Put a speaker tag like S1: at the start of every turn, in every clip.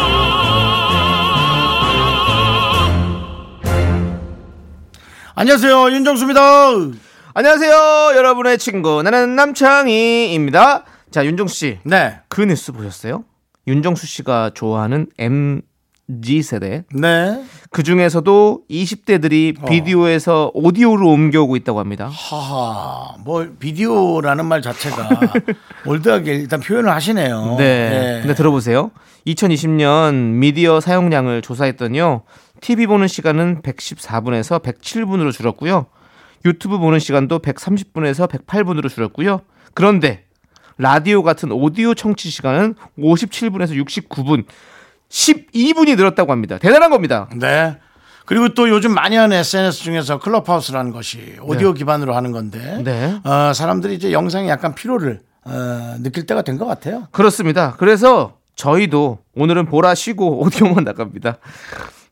S1: 안녕하세요 윤정수입니다.
S2: 안녕하세요, 여러분의 친구 나는 남창희입니다. 자, 윤종수 씨,
S1: 네,
S2: 그 뉴스 보셨어요? 윤정수 씨가 좋아하는 MG 세대
S1: 네.
S2: 그 중에서도 20대들이 비디오에서 오디오로 옮겨오고 있다고 합니다.
S1: 하하, 뭐 비디오라는 말 자체가 올드하게 일단 표현을 어, 하시네요.
S2: 네. 근데 들어보세요. 2020년 미디어 사용량을 조사했더니요. TV 보는 시간은 114분에서 107분으로 줄었고요. 유튜브 보는 시간도 130분에서 108분으로 줄었고요. 그런데 라디오 같은 오디오 청취 시간은 57분에서 69분, 12분이 늘었다고 합니다. 대단한 겁니다.
S1: 네. 그리고 또 요즘 많이 하는 SNS 중에서 클럽하우스라는 것이 오디오 기반으로 하는 건데
S2: 네.
S1: 어, 사람들이 이제 영상에 약간 피로를 어, 느낄 때가 된 것 같아요.
S2: 그렇습니다. 그래서 저희도 오늘은 보라 쉬고 오디오만 나갑니다.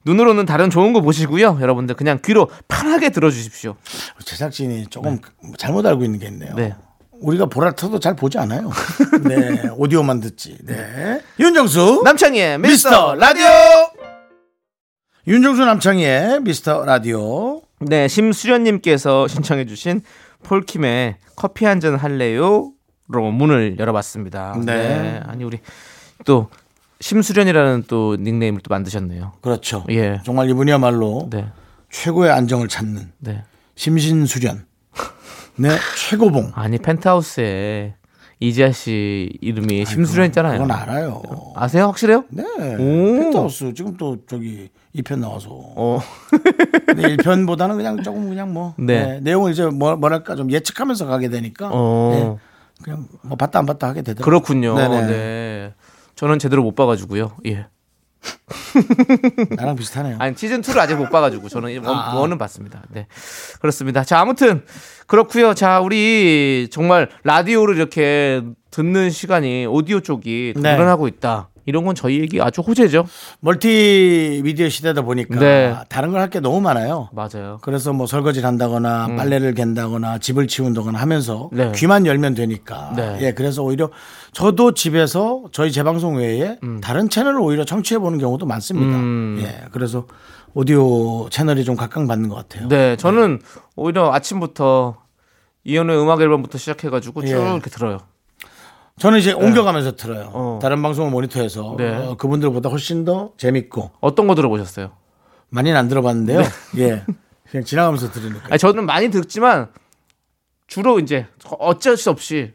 S2: 눈으로는 다른 좋은 거 보시고요. 여러분들 그냥 귀로 편하게 들어주십시오.
S1: 제작진이 조금 잘못 알고 있는 게 네. 있네요.
S2: 네.
S1: 우리가 보라 터도 잘 보지 않아요. 네, 오디오만 듣지. 네, 윤정수
S2: 남창희의 미스터 라디오.
S1: 윤정수 남창희의 미스터 라디오.
S2: 네, 심수련님께서 신청해주신 폴킴의 커피 한 잔 할래요? 로 문을 열어봤습니다.
S1: 네.
S2: 아니, 우리 또 심수련이라는 또 닉네임을 또 만드셨네요.
S1: 그렇죠.
S2: 예.
S1: 정말 이분이야말로
S2: 네.
S1: 최고의 안정을 찾는
S2: 네.
S1: 심신수련. 네, 최고봉.
S2: 아니, 펜트하우스에 이지아 씨 이름이 심수련이잖아요.
S1: 그건 알아요.
S2: 아세요? 확실해요?
S1: 네.
S2: 오.
S1: 펜트하우스 지금 또 저기 2편 나와서.
S2: 어.
S1: 근데 1편보다는 그냥 조금 그냥 뭐
S2: 네.
S1: 네, 내용을 이제 뭐, 뭐랄까 좀 예측하면서 가게 되니까
S2: 어.
S1: 네, 그냥 뭐 봤다 안 봤다 하게 되더라고요.
S2: 그렇군요.
S1: 네네.
S2: 네. 저는 제대로 못 봐가지고요. 예.
S1: 나랑 비슷하네요.
S2: 아니 시즌 2를 아직 못 봐가지고 저는 원, 원은 봤습니다. 네 그렇습니다. 자 아무튼 그렇고요. 자 우리 정말 라디오를 이렇게 듣는 시간이 오디오 쪽이 더
S1: 네.
S2: 늘어나고 있다. 이런 건 저희에게 아주 호재죠.
S1: 멀티미디어 시대다 보니까
S2: 네.
S1: 다른 걸 할 게 너무 많아요.
S2: 맞아요.
S1: 그래서 뭐 설거지를 한다거나 빨래를 갠다거나 집을 치운다거나 하면서
S2: 음. 네.
S1: 귀만 열면 되니까
S2: 네.
S1: 예 그래서 오히려 저도 집에서 저희 재방송 외에
S2: 음.
S1: 다른 채널을 오히려 청취해 보는 경우도 많습니다 예 그래서 오디오 채널이 좀 각광받는 것 같아요
S2: 네 저는 오히려 아침부터 이현우의 음악 앨범부터 시작해가지고 쭉
S1: 예.
S2: 이렇게 들어요.
S1: 저는 이제 옮겨가면서 들어요
S2: 네. 어.
S1: 다른 방송을 모니터해서
S2: 네.
S1: 어, 그분들보다 훨씬 더 재밌고
S2: 어떤 거 들어보셨어요?
S1: 많이는 안
S2: 네.
S1: 들어봤는데요 예 그냥 지나가면서 들으니까
S2: 아니, 저는 많이 듣지만 주로 이제 어쩔 수 없이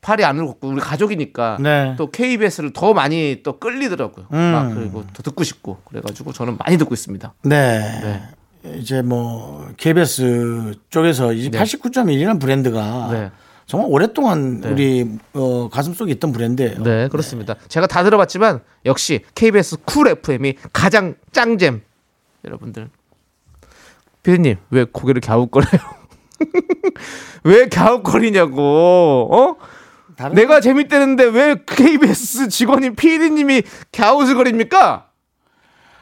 S2: 팔이 안으로 걷고 우리 가족이니까
S1: 네.
S2: 또 KBS를 더 많이 또 끌리더라고요. 막 그리고 더 듣고 싶고 그래가지고 저는 많이 듣고 있습니다.
S1: 네. 이제 뭐 KBS 쪽에서 이 89.1이라는 브랜드가
S2: 네.
S1: 정말 오랫동안 우리 어, 가슴 속에 있던 브랜드예요.
S2: 네 그렇습니다. 제가 다 들어봤지만 역시 KBS 쿨 FM이 가장 짱잼 여러분들. 피디님 왜 고개를 갸웃거려요? 왜 갸웃거리냐고? 어?
S1: 다른
S2: 내가 재밌대는데 왜 KBS 직원인 PD님이 갸웃을 거립니까?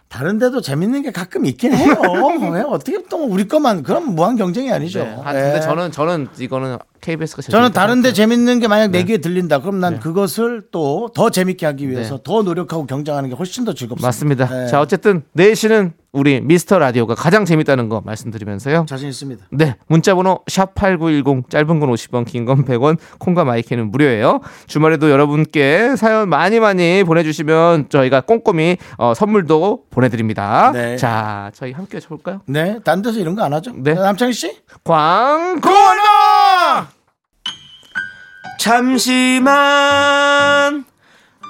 S1: 다른 데도 재밌는 게 가끔 있긴 해요. 왜? 어떻게 또 우리 것만 그럼 무한 경쟁이 아니죠.
S2: 네. 아, 근데
S1: 예.
S2: 저는 저는 이거는 KBS가 제일
S1: 저는
S2: 좋다.
S1: 다른 데 재밌는 게 만약
S2: 네.
S1: 내 귀에 들린다. 그럼 난 그것을 또 더 재밌게 하기 위해서 더 노력하고 경쟁하는 게 훨씬 더 즐겁습니다.
S2: 맞습니다.
S1: 예.
S2: 자 어쨌든 4시는 우리 미스터 라디오가 가장 재밌다는 거 말씀드리면서요.
S1: 자신 있습니다.
S2: 네 문자번호 샵 #8910 짧은 건 50원, 긴 건 100원, 콩과 마이크는 무료예요. 주말에도 여러분께 사연 많이 많이 보내주시면 저희가 꼼꼼히 어, 선물도 보내드립니다.
S1: 네.
S2: 자 저희 함께 해볼까요?
S1: 네. 딴 데서 이런 거 안 하죠?
S2: 네.
S1: 남창희 씨?
S2: 광고나 잠시만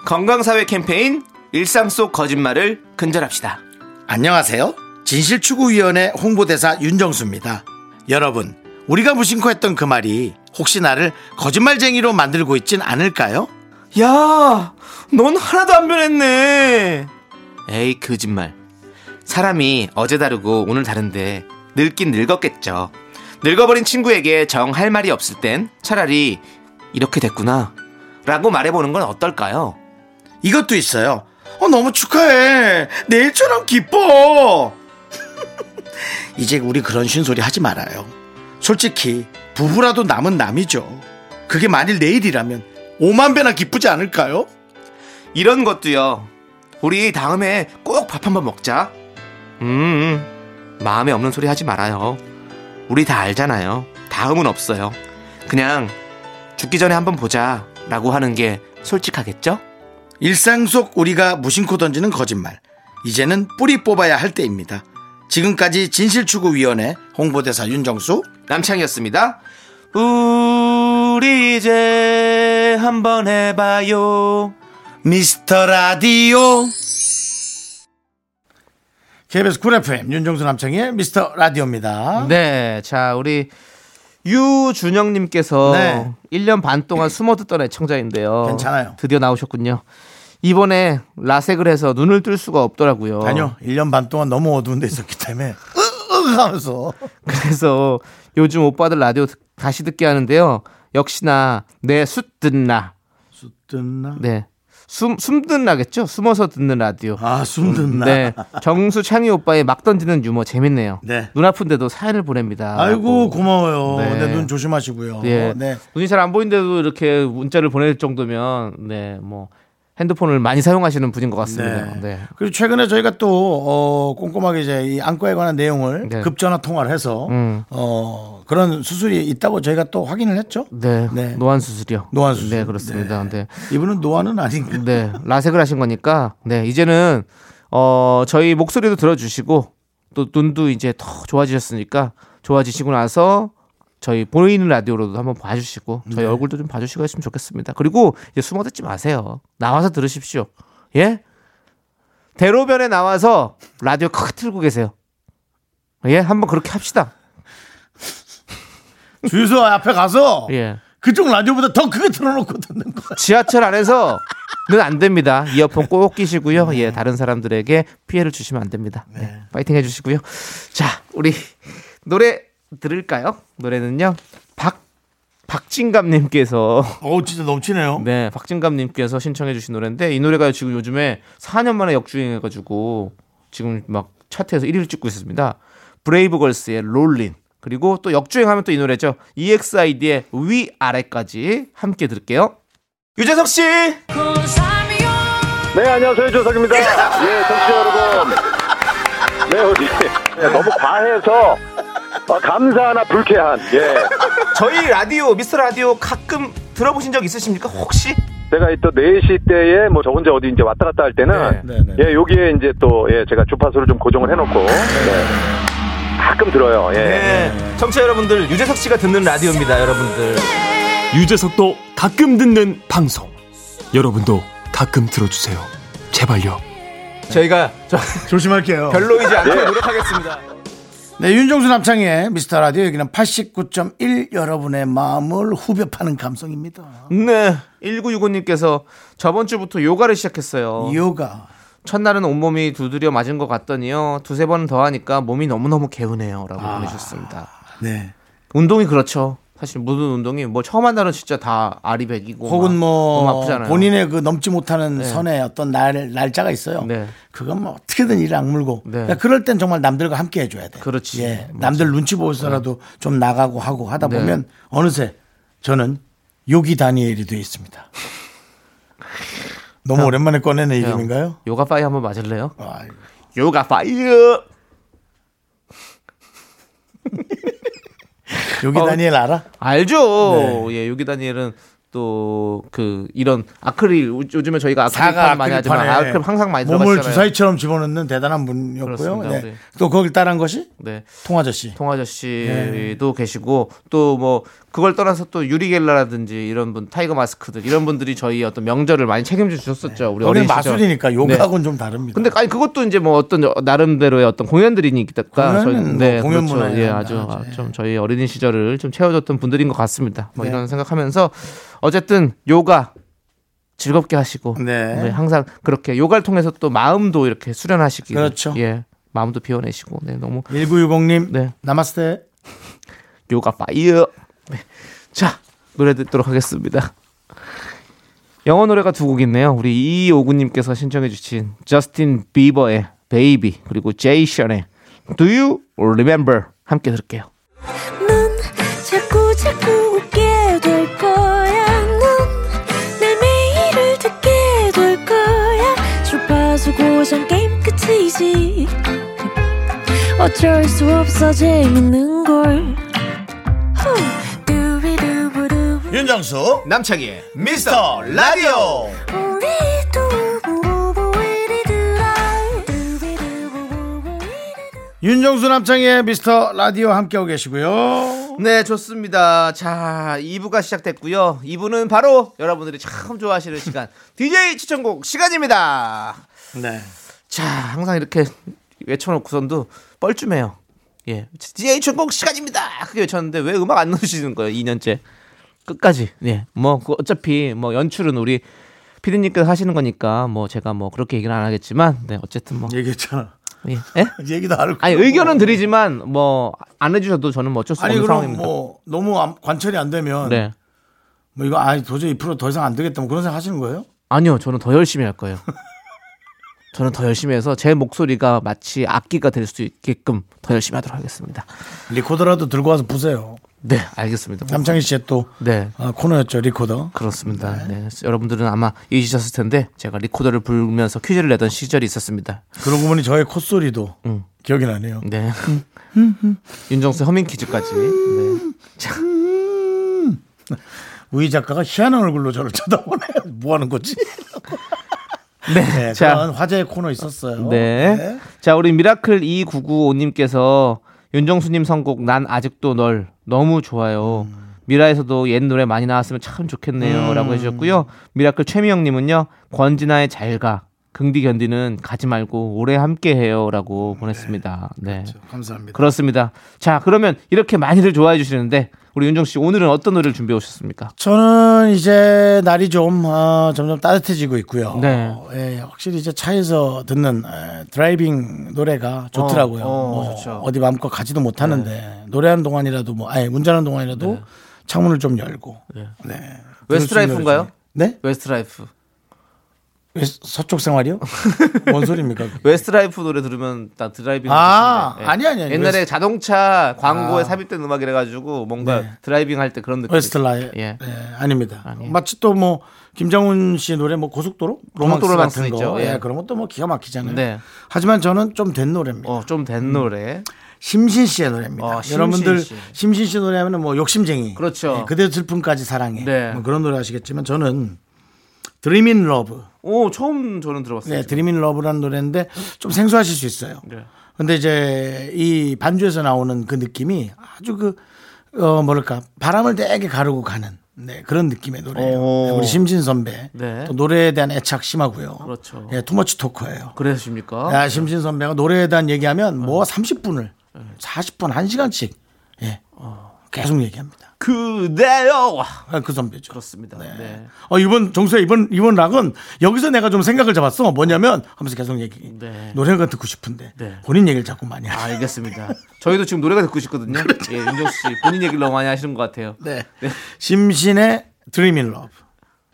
S2: 건강사회 캠페인 일상 속 거짓말을 근절합시다
S1: 안녕하세요. 진실추구위원회 홍보대사 윤정수입니다. 여러분, 우리가 무심코 했던 그 말이 혹시 나를 거짓말쟁이로 만들고 있진 않을까요?
S2: 야 넌 하나도 안 변했네 에이 거짓말 사람이 어제 다르고 오늘 다른데 늙긴 늙었겠죠 늙어버린 친구에게 정 할 말이 없을 땐 차라리 이렇게 됐구나 라고 말해보는 건 어떨까요?
S1: 이것도 있어요. 어, 너무 축하해. 내일처럼 기뻐. 이제 우리 그런 쉰소리 하지 말아요. 솔직히 부부라도 남은 남이죠. 그게 만일 내일이라면 5만 배나 기쁘지 않을까요?
S2: 이런 것도요. 우리 다음에 꼭 밥 한번 먹자. 음, 마음에 없는 소리 하지 말아요. 우리 다 알잖아요. 다음은 없어요. 그냥 죽기 전에 한번 보자. 라고 하는 게 솔직하겠죠?
S1: 일상 속 우리가 무심코 던지는 거짓말. 이제는 뿌리 뽑아야 할 때입니다. 지금까지 진실추구위원회 홍보대사 윤정수
S2: 남창이었습니다. 우리 이제 한번 해봐요.
S1: 미스터 라디오 KBS 쿨 FM 윤정수 남창의 미스터 라디오입니다.
S2: 네, 자 우리 유준영님께서
S1: 네.
S2: 1년 반 동안 숨어 듣던 애청자인데요.
S1: 괜찮아요.
S2: 드디어 나오셨군요. 이번에 라섹을 해서 눈을 뜰 수가 없더라고요.
S1: 아니요. 1년 반 동안 너무 어두운 데 있었기 때문에 아, 으으 하면서
S2: 그래서 요즘 오빠들 라디오 듣- 다시 듣게 하는데요. 역시나 내숯 듣나.
S1: 듣나?
S2: 네. 숨, 숨 듣나겠죠? 숨어서 듣는 라디오.
S1: 아, 숨 듣나?
S2: 네. 정수 창희 오빠의 막 던지는 유머 재밌네요.
S1: 네.
S2: 눈 아픈데도 사연을 보냅니다.
S1: 아이고
S2: 라고.
S1: 고마워요.
S2: 네.
S1: 네, 눈 조심하시고요.
S2: 예.
S1: 네.
S2: 눈이 잘 안 보이는데도 이렇게 문자를 보낼 정도면 네, 뭐 핸드폰을 많이 사용하시는 분인 것 같습니다.
S1: 네.
S2: 네.
S1: 그리고 최근에 저희가 또 어, 꼼꼼하게 이제 이 안과에 관한 내용을
S2: 네.
S1: 급전화 통화를 해서
S2: 음.
S1: 어, 그런 수술이 있다고 저희가 또 확인을 했죠.
S2: 네.
S1: 네.
S2: 노안 수술이요.
S1: 노안 수술.
S2: 네, 그렇습니다. 네.
S1: 이분은 노안은 아닌가? 요
S2: 네, 라섹을 하신 거니까 네 이제는 어 저희 목소리도 들어주시고 또 눈도 이제 더 좋아지셨으니까 좋아지시고 나서 저희 보이는 라디오로도 한번 봐주시고
S1: 네.
S2: 저희 얼굴도 좀 봐주시고 했으면 좋겠습니다. 그리고 이제 숨어 듣지 마세요. 나와서 들으십시오. 예? 대로변에 나와서 라디오 크게 틀고 계세요. 예, 한번 그렇게 합시다.
S1: 주유소 앞에 가서
S2: 예.
S1: 그쪽 라디오보다 더 크게 틀어놓고 듣는 거야.
S2: 지하철 안에서 는안 됩니다. 이어폰 꼭 끼시고요. 예, 다른 사람들에게 피해를 주시면 안 됩니다. 네, 파이팅 해주시고요. 자, 우리 노래 들을까요? 노래는요. 박 박진감님께서
S1: 어우 진짜 넘치네요.
S2: 네, 박진감님께서 신청해주신 노래인데 이 노래가 지금 요즘에 4년 만에 역주행해가지고 지금 막 차트에서 1위를 찍고 있습니다. 브레이브걸스의 롤린 그리고 또 역주행하면 또 이 노래죠. E EXID의 위 아래까지 함께 들을게요. 유재석 씨,
S3: 네, 안녕하세요. 조석입니다. 예, 청취자 여러분. 네, 우리. 예, 너무 과해서 어, 감사하나 불쾌한. 예.
S2: 저희 라디오 미스터 라디오 가끔 들어보신 적 있으십니까? 혹시?
S3: 제가 이또 4시 때에 뭐 저 혼자 어디 이제 왔다 갔다 할 때는
S1: 네, 네, 네.
S3: 예, 여기에 이제 또 예, 제가 주파수를 좀 고정을 해놓고 예, 가끔 들어요. 예.
S2: 네, 청취자 여러분들 유재석 씨가 듣는 라디오입니다, 여러분들.
S4: 유재석도 가끔 듣는 방송. 여러분도 가끔 들어주세요. 제발요.
S2: 저희가 저-
S1: 조심할게요.
S2: 별로이지 않게 노력하겠습니다.
S1: 네, 윤종수 남창의 미스터 라디오 여기는 89.1 여러분의 마음을 후벼 파는 감성입니다.
S2: 네, 1965님께서 저번 주부터 요가를 시작했어요.
S1: 이유가
S2: 첫날은 온몸이 두드려 맞은 것 같더니요. 두세 번 더 하니까 몸이 너무너무 개운해요. 라고
S1: 아.
S2: 보내주셨습니다.
S1: 네.
S2: 운동이 그렇죠. 사실 모든 운동이 뭐 처음 한 날은 진짜 다 아리백이고
S1: 혹은
S2: 막 너무
S1: 뭐
S2: 아프잖아요.
S1: 본인의 그 넘지 못하는 선의 어떤 날 날짜가 있어요.
S2: 네.
S1: 그건 뭐 어떻게든 일을 악물고
S2: 네.
S1: 그럴땐 정말 남들과 함께 해줘야 돼.
S2: 그렇지.
S1: 예,
S2: 맞아.
S1: 남들 눈치 보면서라도 좀 나가고 하고 하다
S2: 네.
S1: 보면 어느새 저는 요기 다니엘이 돼 있습니다. 너무 오랜만에 꺼내는
S2: 그냥
S1: 이름인가요?
S2: 요가 파이 한번 맞을래요?
S1: 아,
S2: 요가 파이어.
S1: 요기
S2: 어.
S1: 다니엘 알아? 네.
S2: 알죠. 예, 요기 다니엘은 또 그 이런 아크릴 요- 요즘에 저희가 아크릴판 많이 하지만
S1: 아크릴판에
S2: 아크릴 항상 많이
S1: 몸을
S2: 들어가잖아요.
S1: 주사위처럼 집어넣는 대단한 분이었고요.
S2: 그렇습니다,
S1: 네.
S2: 우리.
S1: 또 거길 따라한 것이
S2: 네.
S1: 통아저씨. 네.
S2: 통아저씨도 계시고 또 뭐 그걸 떠나서 또 유리겔라라든지 이런 분 타이거 마스크들 이런 분들이 저희 어떤 명절을 많이 책임져 주셨었죠 우리
S1: 우리는
S2: 어린 시절.
S1: 네. 마술이니까
S2: 네.
S1: 요가하고는 좀 다릅니다.
S2: 근데 아니 그것도 이제 뭐 어떤 나름대로의 어떤 공연들이니까
S1: 공연은
S2: 저희-
S1: 뭐 공연 문화에
S2: 예,
S1: 한다.
S2: 아주 아,
S1: 예.
S2: 좀 저희 어린 시절을 좀 채워줬던 분들인 것 같습니다. 뭐
S1: 네.
S2: 이런 생각하면서 어쨌든 요가 즐겁게 하시고
S1: 네.
S2: 네, 항상 그렇게 요가를 통해서 또 마음도 이렇게 수련하시기
S1: 그렇죠.
S2: 예 마음도 비워내시고 네 너무
S1: 1960님
S2: 네.
S1: 남았을 때
S2: 요가 파이어. 네. 자, 노래 듣도록 하겠습니다. 영어 노래가 두 곡 있네요. 우리 이오구님께서 신청해주신 저스틴 비버의 베이비 그리고 제이션의 Do You Remember 함께 들을게요.
S5: 넌 자꾸 자꾸 웃게 될 거야. 넌내 매일을 듣게 될 거야. 주파수 고정 게임 끝이지. 어쩔 수 없어 재밌는 걸. 후. 두비두부두.
S6: 윤정수 남창희의 미스터 라디오
S5: 우리 두부부부 우리 두라. 두비두부부부 우리 두라.
S7: 윤정수 남창의 미스터 라디오 함께하고 계시고요.
S2: 네, 좋습니다. 자, 2부가 시작됐고요. 2부는 바로 여러분들이 참 좋아하시는 시간 DJ 추천곡 시간입니다.
S7: 네.
S2: 자, 항상 이렇게 외쳐놓고선도 뻘쭘해요. 예, DJ 추천곡 시간입니다. 그게 외쳤는데 왜 음악 안 넣으시는 거예요? 2년째 끝까지. 예, 뭐 그거 어차피 뭐 연출은 우리 피디님께서 하시는 거니까 뭐 제가 뭐 그렇게 얘기는 안 하겠지만, 네, 어쨌든 뭐
S7: 얘기했잖아.
S2: 예. 예?
S7: 얘기도 안 하고.
S2: 아니 의견은 드리지만 뭐 안 해주셔도 저는 뭐 어쩔 수
S7: 아니
S2: 없는
S7: 그럼
S2: 상황입니다.
S7: 뭐 너무 안- 관철이 안 되면
S2: 네.
S7: 뭐 이거 아니 도저히 앞으로 더 이상 안 되겠다 뭐 그런 생각 하시는 거예요?
S2: 아니요, 저는 더 열심히 할 거예요. 저는 더 열심히 해서 제 목소리가 마치 악기가 될 수 있게끔 더 열심히 하도록 하겠습니다.
S7: 리코더라도 들고 와서 부세요.
S2: 네, 알겠습니다.
S7: 남창희 씨의 또
S2: 네,
S7: 아, 코너였죠 리코더.
S2: 그렇습니다. 네. 그래서 여러분들은 아마 잊으셨을 텐데 제가 리코더를 불면서 퀴즈를 내던 시절이 있었습니다.
S7: 그러고 보니 저의 콧소리도
S2: 음.
S7: 기억이 나네요.
S2: 네. 윤정수 허밍 퀴즈까지. 네.
S7: 우희 작가가 희한한 얼굴로 저를 쳐다보네. 뭐 하는 거지?
S2: 네.
S7: 네,
S2: 자,
S7: 그런 화제의 코너 있었어요.
S2: 네. 자, 우리 미라클 2995님께서 윤정수님 선곡 난 아직도 널 너무 좋아요. 미라에서도 옛 노래 많이 나왔으면 참 좋겠네요. 라고 해주셨고요. 미라클 최미영님은요. 권진아의 잘가. 긍디 견디는 가지 말고 오래 함께 해요. 라고 보냈습니다. 네.
S7: 감사합니다.
S2: 그렇습니다. 자, 그러면 이렇게 많이들 좋아해 주시는데 우리 윤정 씨 오늘은 어떤 노래를 준비해 오셨습니까?
S7: 저는 이제 날이 좀 아, 점점 따뜻해지고 있고요.
S2: 네.
S7: 어, 예, 확실히 이제 차에서 듣는 에, 드라이빙 노래가 좋더라고요.
S2: 어, 어,
S7: 뭐
S2: 좋죠. 네.
S7: 어디 마음껏 가지도 못하는데 노래하는 동안이라도 뭐 아예 운전하는 동안이라도 창문을 좀 열고. 네.
S2: 웨스트라이프인가요?
S7: 네?
S2: 웨스트라이프.
S7: 왜 서쪽 생활이요? 뭔 소리입니까? 그게?
S2: 웨스트라이프 노래 들으면 다 드라이빙
S7: 아,
S2: 하시는데,
S7: 아니, 아니, 아니.
S2: 옛날에
S7: 웨스트- 아.
S2: 자동차 광고에 삽입된 음악이라 가지고 뭔가 드라이빙 할 때 그런 느낌
S7: 네. 웨스트라이.
S2: 예.
S7: 예, 아닙니다. 마치 또 뭐 김정훈 씨 노래 뭐 고속도로 로망스
S2: 고속도로
S7: 같은
S2: 로망스
S7: 거.
S2: 있죠.
S7: 예.
S2: 예.
S7: 그런 것도 뭐 기가 막히잖아요.
S2: 네.
S7: 하지만 저는 좀 된 노래입니다.
S2: 어좀
S7: 음.
S2: 된 노래
S7: 심신 씨의 노래입니다.
S2: 어, 심신
S7: 여러분들
S2: 씨.
S7: 심신 씨 노래하면 뭐 욕심쟁이,
S2: 그렇죠.
S7: 예, 그대 슬픔까지 사랑해,
S2: 네.
S7: 뭐 그런 노래 하시겠지만 저는 드리민 러브,
S2: 오 처음 저는 들어봤어요
S7: 네, 드리민 러브라는 노래인데 좀 생소하실 수 있어요.
S2: 네.
S7: 근데 이제 이 반주에서 나오는 그 느낌이 아주 그 어, 뭐랄까 바람을 되게 가르고 가는 네, 그런 느낌의 노래예요.
S2: 오.
S7: 우리 심진 선배
S2: 네.
S7: 또 노래에 대한 애착 심하고요.
S2: 그렇죠.
S7: 예, 투머치 토커예요.
S2: 그러십니까
S7: 야, 심신 선배가 노래에 대한 얘기하면 뭐 30분을 40분 1시간씩 예.
S2: 어.
S7: 계속 얘기합니다.
S2: 그대여 와,
S7: 아, 그 선배죠.
S2: 그렇습니다 네.
S7: 어, 이번 정수야 이번 이번 락은 여기서 내가 좀 생각을 잡았어. 뭐냐면 하면서 계속 얘기.
S2: 네.
S7: 노래가 듣고 싶은데
S2: 네.
S7: 본인 얘기를 자꾸 많이 하죠.
S2: 알겠습니다 저희도 지금 노래가 듣고 싶거든요
S7: 그렇죠.
S2: 예 윤정수 씨 본인 얘기를 너무 많이 하시는 것 같아요
S7: 네. 심신의 드리밍 러브.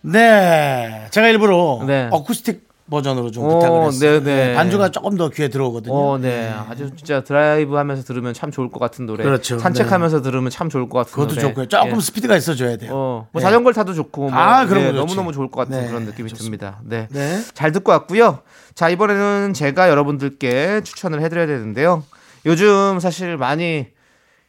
S7: 네. 제가 일부러
S2: 네.
S7: 어쿠스틱 버전으로 좀
S2: 오,
S7: 부탁을
S2: 네,
S7: 했어요.
S2: 네.
S7: 반주가 조금 더 귀에 들어오거든요.
S2: 어, 네. 아주 진짜 드라이브 하면서 들으면 참 좋을 것 같은 노래.
S7: 그렇죠.
S2: 산책하면서 들으면 참 좋을 것 같은
S7: 그것도
S2: 노래.
S7: 좋고요. 조금
S2: 예.
S7: 스피드가 있어줘야 돼요.
S2: 어, 뭐
S7: 네.
S2: 자전거를 타도 좋고 뭐
S7: 아, 그런
S2: 네,
S7: 거 좋지.
S2: 너무너무 좋을 것 같은
S7: 네,
S2: 그런 느낌이 듭니다. 네.
S7: 네.
S2: 잘 듣고 왔고요. 자, 이번에는 제가 여러분들께 추천을 해 드려야 되는데요. 요즘 사실 많이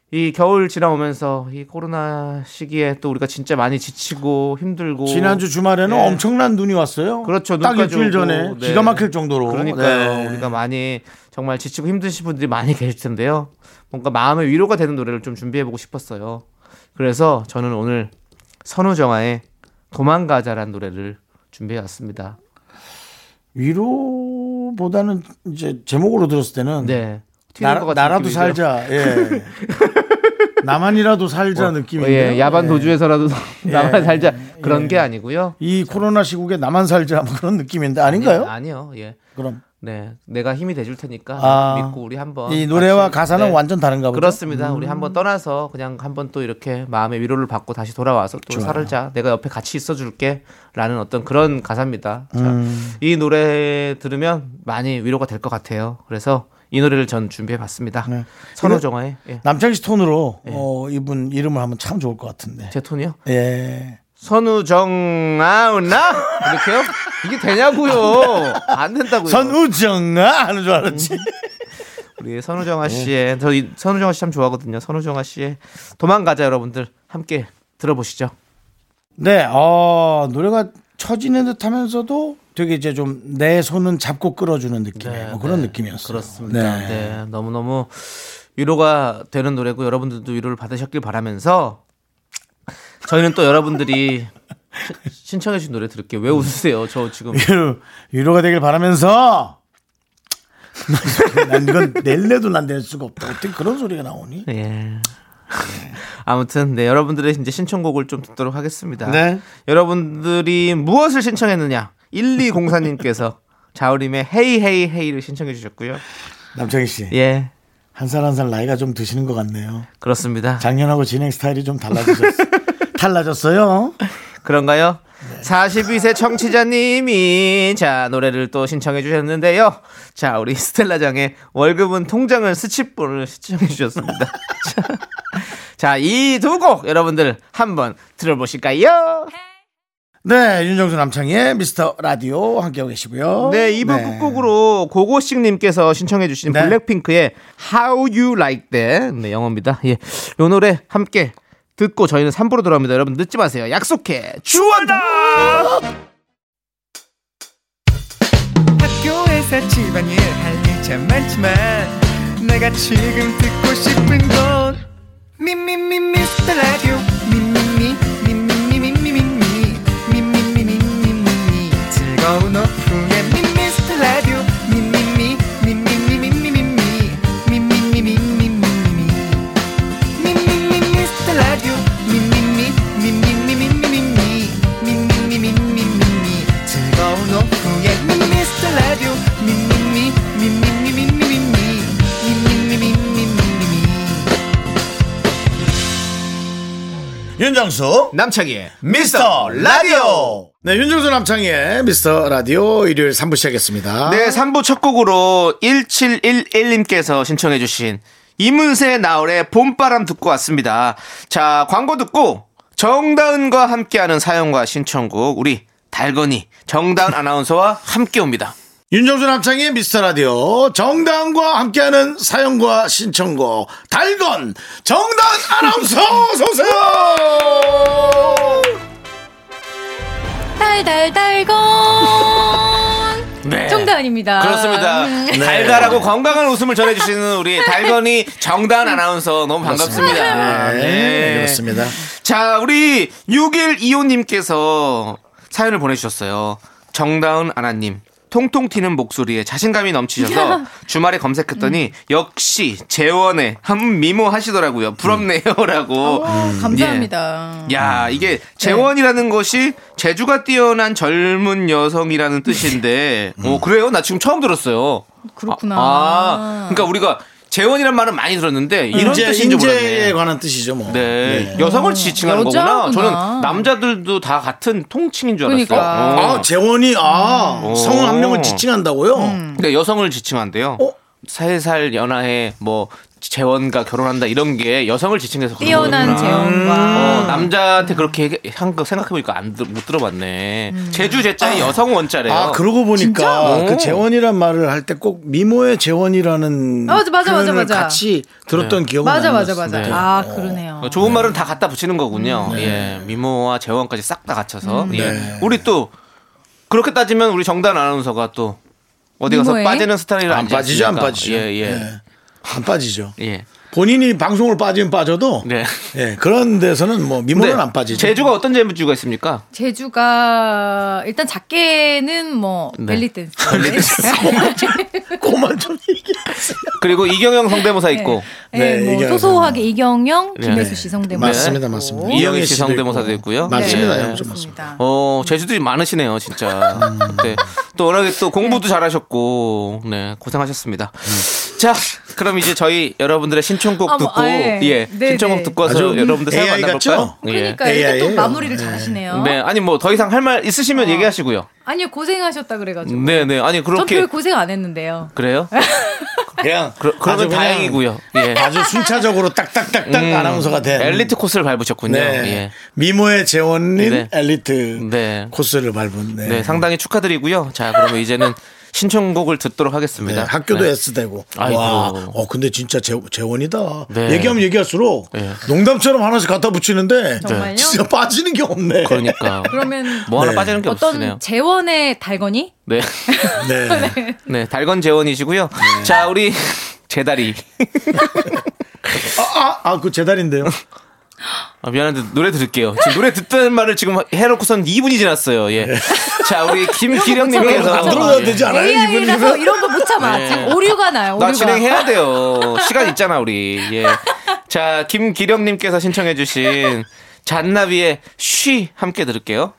S2: 이 겨울 지나오면서 이 코로나 시기에 또 우리가 진짜 많이 지치고 힘들고
S7: 지난주 주말에는
S2: 네.
S7: 엄청난 눈이 왔어요.
S2: 그렇죠.
S7: 딱
S2: 눈까지
S7: 일주일
S2: 오고,
S7: 전에
S2: 네.
S7: 기가 막힐 정도로.
S2: 그러니까요.
S7: 네.
S2: 우리가 많이 정말 지치고 힘드신 분들이 많이 계실 텐데요. 뭔가 마음의 위로가 되는 노래를 좀 준비해보고 싶었어요. 그래서 저는 오늘 선우정아의 도망가자란 노래를 준비해왔습니다.
S7: 위로보다는 이제 제목으로 들었을 때는
S2: 네. 튀는
S7: 나라,
S2: 것 같은
S7: 나라도
S2: 느낌이죠?
S7: 살자. 예. 나만이라도 살자 느낌인데.
S2: 예, 야반 도주에서라도 나만
S7: 네. 예.
S2: 살자 그런
S7: 예.
S2: 게 아니고요.
S7: 이 코로나 시국에 나만 살자 뭐 그런 느낌인데 아닌가요?
S2: 아니요. 예.
S7: 그럼
S2: 네. 내가 힘이 돼줄 테니까
S7: 아,
S2: 믿고 우리 한번
S7: 이 노래와
S2: 같이,
S7: 가사는
S2: 어, 네.
S7: 완전 다른가 보죠. 음.
S2: 그렇습니다. 우리 한번 떠나서 그냥 한번 또 이렇게 마음의 위로를 받고 다시 돌아와서 또 살자. 내가 옆에 같이 있어줄게라는 어떤 그런 가사입니다. 자,
S7: 음.
S2: 이 노래 들으면 많이 위로가 될 것 같아요. 그래서 이 노래를 전 준비해봤습니다.
S7: 네.
S2: 선호정아의 예.
S7: 남창희 씨 톤으로 어, 이분 이름을 하면 참 좋을 것 같은데.
S2: 제 톤이요.
S7: 예.
S2: 선우정 아우나 이렇게요? 이게 되냐고요? 안 된다고요.
S7: 선우정아 하는 줄
S2: 음.
S7: 알았지.
S2: 우리 선우정아 씨의 저희 선우정아 씨 참 좋아하거든요. 선우정아 씨의 도망가자 여러분들 함께 들어보시죠.
S7: 네, 어, 노래가 처지는 듯 하면서도 되게 이제 좀 내 손은 잡고 끌어주는 느낌.
S2: 네,
S7: 뭐 그런
S2: 네.
S7: 느낌이었어요.
S2: 그렇습니다. 네. 너무 너무 위로가 되는 노래고 여러분들도 위로를 받으셨길 바라면서 저희는 또 여러분들이 시- 신청해주신 노래 들을게요. 왜 웃으세요? 저 지금
S7: 위로, 위로가 되길 바라면서 난 이건 낼래도 난 낼 수가 없다. 어떻게 그런 소리가 나오니?
S2: 예. 아무튼 네 여러분들의 이제 신청곡을 좀 듣도록 하겠습니다.
S7: 네.
S2: 여러분들이 무엇을 신청했느냐? 1204님께서 자우림의 헤이 헤이 헤이를 신청해 주셨고요.
S7: 남창희 씨,
S2: 예.
S7: 한 살 한 살 나이가 좀 드시는 것 같네요.
S2: 그렇습니다.
S7: 작년하고 진행 스타일이 좀 달라지셨어요. 달라졌어요.
S2: 그런가요? 42세 청취자님이 자 노래를 또 신청해 주셨는데요. 자 우리 스텔라장의 월급은 통장을 스치분을 신청해 주셨습니다. 자이 두 곡 여러분들 한번 들어보실까요?
S7: 네, 윤정수 남창희의 미스터 라디오 함께하고 계시고요.
S2: 네, 이번 끝곡으로 고고식님께서 신청해주신
S7: 네.
S2: 블랙핑크의 How You Like That. 네, 영어입니다. 예. 요 노래 함께 듣고 저희는 3부로 돌아옵니다. 여러분 늦지 마세요. 약속해. 주원다!
S8: 학교에서 집안일 할 일 참 많지만 내가 지금 듣고 싶은 건 미미미 미스터 라디오 미미미 미미미 미미미 미미미 미미미 미미미 즐거운 오후에 미스터 라디오 미미미 미미미 미미미 미미미 미미미 미미미
S6: 윤정수
S7: 남창희의
S6: 미스터 라디오
S7: 네, 윤정수 남창희의 미스터 라디오 일요일 3부
S9: 아.
S7: 시작했습니다.
S2: 네, 3부 첫 곡으로 1711님께서 신청해주신 이문세 나월의 봄바람 듣고 왔습니다. 자, 광고 듣고 정다은과 함께하는 사연과 신청곡 우리 달건이 정다은 아나운서와 함께 옵니다.
S7: 윤정수 남창희의 미스터 라디오 정다은과 함께하는 사연과 신청곡 달건 정다은 아나운서 어서오세요!
S9: 달달달건
S7: 네.
S9: 정다은입니다.
S2: 예.
S9: 네.
S2: 그렇습니다. 달달하고 건강한 웃음을 전해주시는 우리 달건이 정다은 아나운서 너무 반갑습니다.
S7: 네,
S2: 네.
S7: 그렇습니다.
S2: 자, 우리 6125님께서 사연을 보내주셨어요. 정다은 아나님. 통통 튀는 목소리에 자신감이 넘치셔서 주말에
S9: 음.
S2: 검색했더니 역시 재원의 한 미모 하시더라고요. 부럽네요라고.
S9: 어,
S2: 예.
S9: 감사합니다.
S2: 야,
S9: 네.
S2: 이게 재원이라는 것이 재주가 뛰어난 젊은 여성이라는 뜻인데, 어, 그래요? 나 지금 처음 들었어요.
S9: 음. 그렇구나.
S2: 아, 그러니까 우리가 재원이란 말은 많이 들었는데
S9: 음.
S2: 이런
S7: 인재,
S2: 뜻인 줄
S7: 인재에
S2: 몰랐네.
S7: 관한 뜻이죠, 뭐.
S2: 네, 여성을 지칭하는 거구나.
S9: 여자구나.
S2: 저는 남자들도 다 같은 통칭인 줄 알았어요.
S9: 그러니까.
S2: 어.
S7: 아, 재원이, 아,
S2: 음.
S7: 성을 한 명을 지칭한다고요?
S2: 근데 여성을 지칭한대요.
S7: 어?
S2: 세 살 연하에 뭐 재원과 결혼한다 이런 게 여성을 지칭해서 그런
S9: 뛰어난
S2: 거구나.
S9: 재원과
S2: 어, 남자한테 그렇게 얘기- 한거 생각해보니까 안, 들- 못 들어봤네. 제주
S9: 아,
S2: 제자의 여성 원자래요.
S7: 아, 그러고 보니까
S2: 진짜?
S7: 그
S2: 오.
S7: 재원이란 말을 할 때 꼭 미모의 재원이라는
S9: 어, 맞아, 맞아, 맞아,
S7: 표현을
S9: 맞아.
S7: 같이
S2: 네.
S7: 들었던 기억이
S9: 맞아
S7: 나는
S9: 맞아
S7: 것
S9: 맞아.
S7: 같습니다.
S9: 아 그러네요.
S2: 어, 좋은 말은 다 갖다 붙이는 거군요.
S7: 네.
S2: 예, 미모와 재원까지 싹 다 갖춰서. 예. 우리 또 그렇게 따지면 우리 정단 아나운서가 또 어디 가서
S9: 미모에?
S2: 빠지는 스타일을
S7: 안 빠지죠, 예. 안
S2: 않지 않습니까?
S7: 빠지죠.
S2: 예, 예.
S7: 네. 안 빠지죠.
S2: 예.
S7: 본인이 방송을 빠지면 빠져도
S2: 네.
S7: 예, 그런 데서는 뭐 미모는
S2: 근데
S7: 안 빠지죠.
S2: 제주가 어떤 제주가 있습니까?
S9: 제주가 일단 작게는 뭐
S2: 네.
S9: 벨리 댄스.
S7: 그만 좀 얘기하세요.
S2: 그리고 이경영 성대모사 있고
S9: 네,
S7: 네,
S9: 뭐
S7: 이겨야
S9: 소소하게 이경영,
S2: 네.
S9: 김혜수 씨 성대모사.
S7: 맞습니다, 맞습니다.
S2: 이영애
S7: 이영애
S2: 씨
S7: 씨도
S2: 성대모사도
S7: 있고.
S2: 있고요.
S7: 맞습니다,
S2: 네.
S7: 형 좀.
S9: 맞습니다.
S2: 어 제주들이 많으시네요 진짜.
S7: 음.
S2: 네. 또 워낙에 또
S9: 네.
S2: 공부도 잘하셨고 네 고생하셨습니다. 자 그럼 이제 저희 여러분들의 신청곡
S9: 어머,
S2: 듣고
S9: 아, 예.
S2: 예
S9: 네,
S2: 신청곡
S9: 네.
S2: 듣고 와서
S7: 아주
S2: 여러분들 사연
S7: AI
S2: 만나볼까요?
S7: 같죠?
S2: 예.
S9: 그러니까 이게 또
S7: AI예요.
S9: 마무리를 잘하시네요.
S2: 네 아니 뭐 더 이상 할 말
S9: 어.
S2: 있으시면 얘기하시고요.
S9: 아니요 고생하셨다 그래가지고.
S2: 네네 아니
S9: 전
S2: 그렇게
S9: 별 고생 안 했는데요.
S2: 그래요?
S7: 그냥
S2: 그러, 그러면
S7: 아주 그냥
S2: 다행이고요. 예.
S7: 아주 순차적으로 딱딱딱딱
S2: 음,
S7: 아나운서가 된
S2: 엘리트 코스를 밟으셨군요.
S7: 네.
S2: 예.
S7: 미모의 재원인
S2: 네.
S7: 엘리트
S2: 네.
S7: 코스를 밟은 네.
S2: 네, 상당히 축하드리고요. 자, 그러면 이제는 신청곡을 듣도록
S7: 네,
S2: 하겠습니다.
S7: 학교도
S2: 네.
S7: S대고
S2: 아이고.
S7: 와, 어 근데 진짜 재, 재원이다.
S2: 네.
S7: 얘기하면 얘기할수록
S2: 네.
S7: 농담처럼 하나씩 갖다 붙이는데
S9: 정말요?
S7: 진짜 빠지는 게 없네.
S2: 그러니까
S9: 그러면
S2: 뭐 하나
S7: 네.
S2: 빠지는 게 없으네요.
S9: 어떤 재원의 달건이?
S2: 네,
S7: 네.
S2: 네, 달건 재원이시고요. 자, 우리 제다리.
S7: 아아그 재단인데요.
S2: 아, 미안한데 노래 들을게요. 지금 노래 듣다는 말을 지금 해놓고선 2분이 지났어요. 예. 자, 우리 김기령님께서
S7: 네.
S2: 예.
S7: 안 들어도 되지 않아요?
S9: AI라서
S7: 이분이면
S9: 이런 거 못 참아.
S2: 네.
S9: 지금 오류가 나요. 오류가.
S2: 나 진행해야 돼요. 시간 있잖아 우리. 예. 자, 김기령님께서 신청해주신 잔나비의 쉬 함께 들을게요.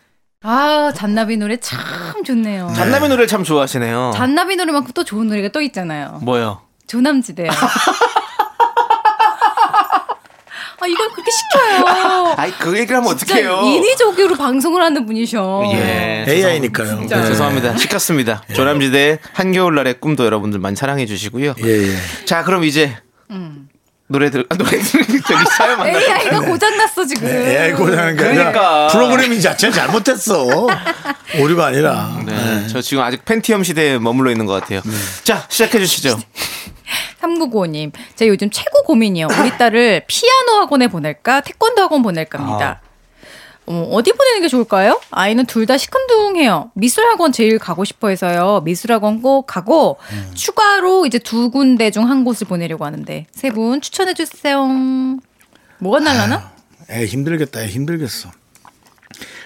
S9: 아 잔나비 노래 참 좋네요.
S2: 잔나비 노래 를참 좋아하시네요.
S9: 잔나비 노래만큼 또 좋은 노래가 또 있잖아요.
S2: 뭐요?
S9: 조남지대. 아 이걸 그렇게 시켜요.
S2: 아이 그 얘기를 하면
S9: 진짜
S2: 어떡해요?
S9: 인위적으로 방송을 하는 분이셔.
S2: 예.
S7: AI니까요.
S2: 네, 죄송합니다. 시켰습니다. 조남지대 한겨울날의 꿈도 여러분들 많이 사랑해 주시고요.
S7: 예, 예.
S2: 자, 그럼 이제 노래 들 아, 노래 들 저기 사연 만나.
S9: AI가 고장났어 지금.
S2: 네,
S7: AI 고장한 게
S2: 그러니까.
S7: 아니라 프로그램이 자체 잘못했어. 오류가 아니라.
S2: 네, 저 지금 아직 팬티엄 시대에 머물러 있는 것 같아요. 자, 시작해 주시죠.
S9: 3995님, 제 요즘 최고 고민이요. 우리 딸을 피아노 학원에 보낼까, 태권도 학원 보낼까
S7: 아.
S9: 합니다. 어, 어디 보내는 게 좋을까요? 아이는 둘 다 시큰둥해요. 미술학원 제일 가고 싶어 해서요. 미술학원 꼭 가고,
S7: 음.
S9: 추가로 이제 두 군데 중 한 곳을 보내려고 하는데, 세 분 추천해주세요. 뭐가
S7: 아.
S9: 날라나?
S7: 애 힘들겠다. 애 힘들겠어.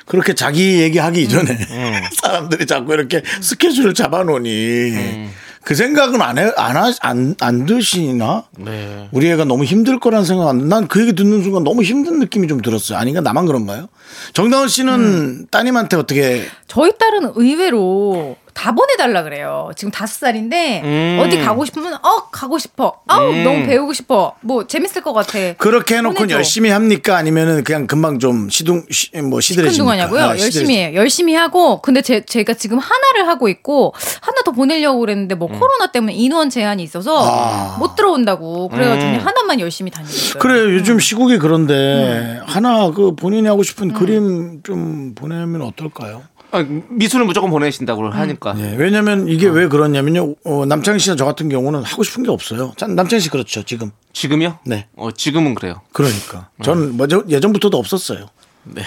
S7: 그렇게 자기 얘기하기 이전에
S2: 음.
S7: 사람들이 자꾸 이렇게 스케줄을 잡아놓으니
S2: 음.
S7: 그 생각은 안 해, 안, 하, 안, 안 드시나?
S2: 네.
S7: 우리 애가 너무 힘들 거란 생각 안, 난 그 얘기 듣는 순간 너무 힘든 느낌이 좀 들었어요. 아닌가? 나만 그런가요? 정다은 씨는
S9: 음.
S7: 따님한테 어떻게
S9: 저희 딸은 의외로 다 보내달라 그래요. 지금 다섯 살인데,
S2: 음.
S9: 어디 가고 싶으면, 어, 가고 싶어. 어,
S2: 음.
S9: 너무 배우고 싶어. 뭐, 재밌을 것 같아.
S7: 그렇게 해놓고
S9: 보내줘.
S7: 열심히 합니까? 아니면은 그냥 금방 좀 시둥, 시, 뭐 시들해지니까.
S9: 시큰둥하냐고요?
S7: 아, 시들해지-
S9: 열심히 해요. 열심히 하고 근데 제, 제가 지금 하나를 하고 있고 하나 더 보내려고 그랬는데 뭐 코로나 때문에 인원 제한이 있어서
S7: 음. 아.
S9: 못 들어온다고 그래가지고
S2: 음.
S9: 그냥 하나만 열심히 다니고 있어요.
S7: 그래 요즘 시국이
S9: 네.
S7: 그런데 하나 그 본인이 하고 싶은
S9: 음.
S7: 그림 좀 보내면 어떨까요?
S2: 아, 미술은 무조건 보내신다고 하니까.
S7: 예, 왜냐면 이게 왜 그러냐면요 어, 남창희 씨나 저 같은 경우는 하고 싶은 게 없어요. 참, 남창희 씨 그렇죠 지금
S2: 지금요?
S7: 네.
S2: 어, 지금은 그래요.
S7: 그러니까
S2: 음.
S7: 저는 뭐 저- 예전부터도 없었어요.
S2: 네.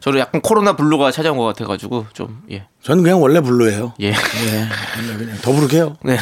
S2: 저를 약간 코로나 블루가 찾아온 것 같아가지고 좀 예.
S7: 저는 그냥 원래 블루예요.
S2: 예.
S7: 예, 원래 그냥 더부룩해요.
S2: 네.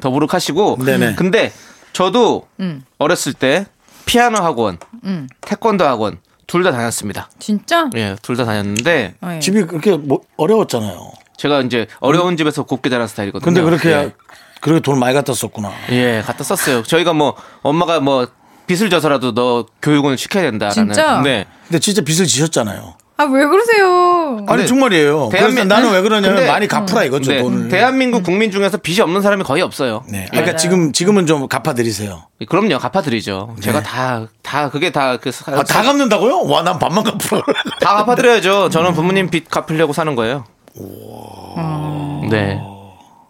S2: 더부룩하시고.
S7: 네네.
S2: 근데 저도
S9: 음.
S2: 어렸을 때 피아노 학원,
S9: 음.
S2: 태권도 학원 둘 다 다녔습니다.
S9: 진짜?
S2: 예, 둘 다 다녔는데
S9: 어, 예.
S7: 집이 그렇게 뭐 어려웠잖아요.
S2: 제가 이제 어려운 집에서 곱게 자란 스타일이거든요.
S7: 근데 그렇게
S2: 예.
S7: 그렇게 돈 많이 갖다 썼구나.
S2: 예, 갖다 썼어요. 저희가 뭐 엄마가 뭐 빚을 져서라도 너 교육은 시켜야 된다라는.
S9: 진짜?
S2: 네.
S7: 근데 진짜 빚을 지셨잖아요.
S9: 아 왜 그러세요?
S7: 아니
S2: 근데
S7: 정말이에요.
S2: 대한민-
S7: 그래서 나는 왜 그러냐면
S2: 근데-
S7: 많이 갚으라 이거죠
S2: 네.
S7: 돈을.
S2: 대한민국 국민 중에서 빚이 없는 사람이 거의 없어요.
S7: 네. 그러니까 지금 지금은 좀 갚아드리세요.
S2: 그럼요, 갚아드리죠. 제가 다, 다, 그게 다, 그, 사-
S7: 네. 아, 다 갚는다고요? 와, 난 반만 갚으라. 그래.
S2: 다 갚아드려야죠. 저는 부모님 빚 갚으려고 사는 거예요. 네.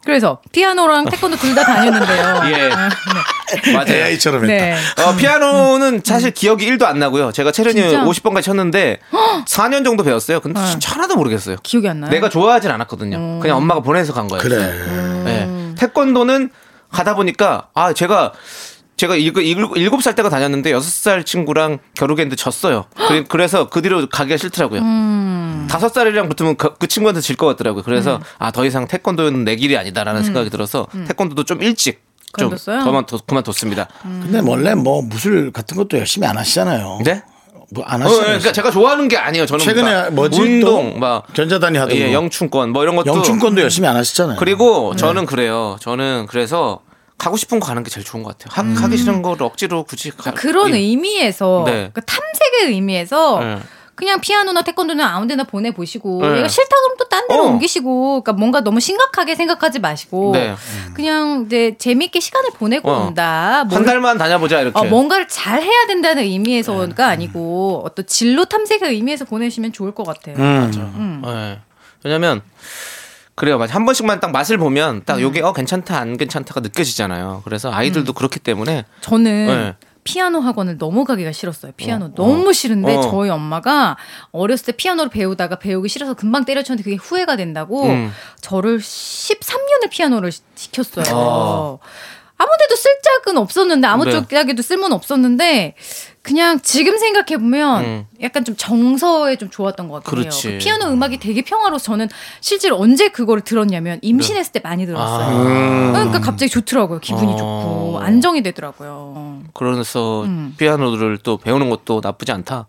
S9: 그래서 피아노랑 태권도 둘 다 다녔는데요.
S2: 예. 맞아요.
S7: AI처럼 했다.
S9: 네.
S2: 어, 피아노는 사실 기억이 1도 안 나고요. 제가 체르니
S9: 진짜? 네.
S2: 50번까지 쳤는데 4년 정도 배웠어요. 근데 진짜 하나도 모르겠어요.
S9: 기억이 안 나요?
S2: 내가 좋아하진 않았거든요.
S9: 음.
S2: 그냥 엄마가 보내서 간 거예요.
S7: 그래.
S2: 예. 태권도는 가다 보니까 아, 제가 제가 일곱- 일곱 일곱 살 때가 다녔는데 여섯 살 친구랑 겨루겠는데 졌어요. 그래서그 뒤로 가기가 싫더라고요.
S9: 음,
S2: 다섯 살이랑 붙으면 그, 그 친구한테
S9: 네.
S2: 질 것 같더라고요. 그래서 아 더 이상 태권도는 내 길이 아니다라는 생각이 들어서 태권도도 좀 일찍
S9: 음. 그만뒀어요?
S8: 좀 그만, 더, 그만뒀습니다.
S7: 근데 원래 뭐 무술 같은 것도 열심히 안 하시잖아요.
S8: 네?
S7: 뭐안
S8: 어,
S7: 하시잖아요.
S8: 그러니까 제가 좋아하는 게 아니에요. 저는
S7: 최근에
S8: 그러니까
S7: 뭐지?
S8: 운동
S7: 또?
S8: 막
S7: 전자단위 하던
S8: 예,
S7: 거.
S8: 영춘권 뭐 이런 것도
S7: 영춘권도 네. 열심히 안 하시잖아요.
S8: 그리고 저는 그래요. 저는 그래서 가고 싶은 거 가는 게 제일 좋은 것 같아요.
S7: 음.
S8: 하, 하기 싫은 걸 억지로 굳이
S7: 아,
S8: 가,
S9: 그런
S7: 예.
S8: 이-
S9: 의미에서
S8: 네.
S9: 그 탐색의 의미에서
S8: 네.
S9: 그냥 피아노나 태권도는 아무데나 보내 보시고
S7: 예.
S8: 네.
S9: 얘가 싫다 그럼 또 딴 데로
S8: 어.
S9: 옮기시고 그러니까 뭔가 너무 심각하게 생각하지 마시고
S8: 네.
S9: 그냥 이제 재미있게 시간을 보내고
S8: 어.
S9: 온다.
S8: 한
S9: 뭔-
S8: 달만 다녀보자 이렇게.
S9: 아, 어, 뭔가를 잘 해야 된다는
S8: 네.
S9: 의미에서가 아니고 어떤 진로 탐색의 의미에서 보내시면 좋을 것 같아요.
S8: 음. 예. 왜냐면 그래요. 맞아. 한 번씩만 딱 맛을 보면
S9: 음.
S8: 딱 요게 어 괜찮다 안 괜찮다가 느껴지잖아요. 그래서 아이들도 그렇기 때문에
S9: 저는
S8: 네.
S9: 피아노 학원을 너무 가기가 싫었어요. 피아노 너무 싫은데
S8: 어.
S9: 저희 엄마가 어렸을 때 피아노를 배우다가 배우기 싫어서 금방 때려쳤는데 그게 후회가 된다고
S8: 음.
S9: 저를 13년을 피아노를 시- 시켰어요.
S8: 어.
S9: 아무데도 쓸 짝은 없었는데 아무
S8: 네.
S9: 쪽에도 쓸모는 없었는데 그냥 지금 생각해 보면
S8: 음.
S9: 약간 좀 정서에 좀 좋았던 것 같아요.
S8: 그렇지.
S9: 그 피아노 음악이 되게 평화로워서 저는 실제로 언제 그거를 들었냐면 임신했을 때 많이 들었어요.
S8: 아.
S9: 그러니까 갑자기 좋더라고요. 기분이
S8: 어.
S9: 좋고 안정이 되더라고요.
S8: 그래서
S9: 음.
S8: 피아노를 또 배우는 것도 나쁘지 않다.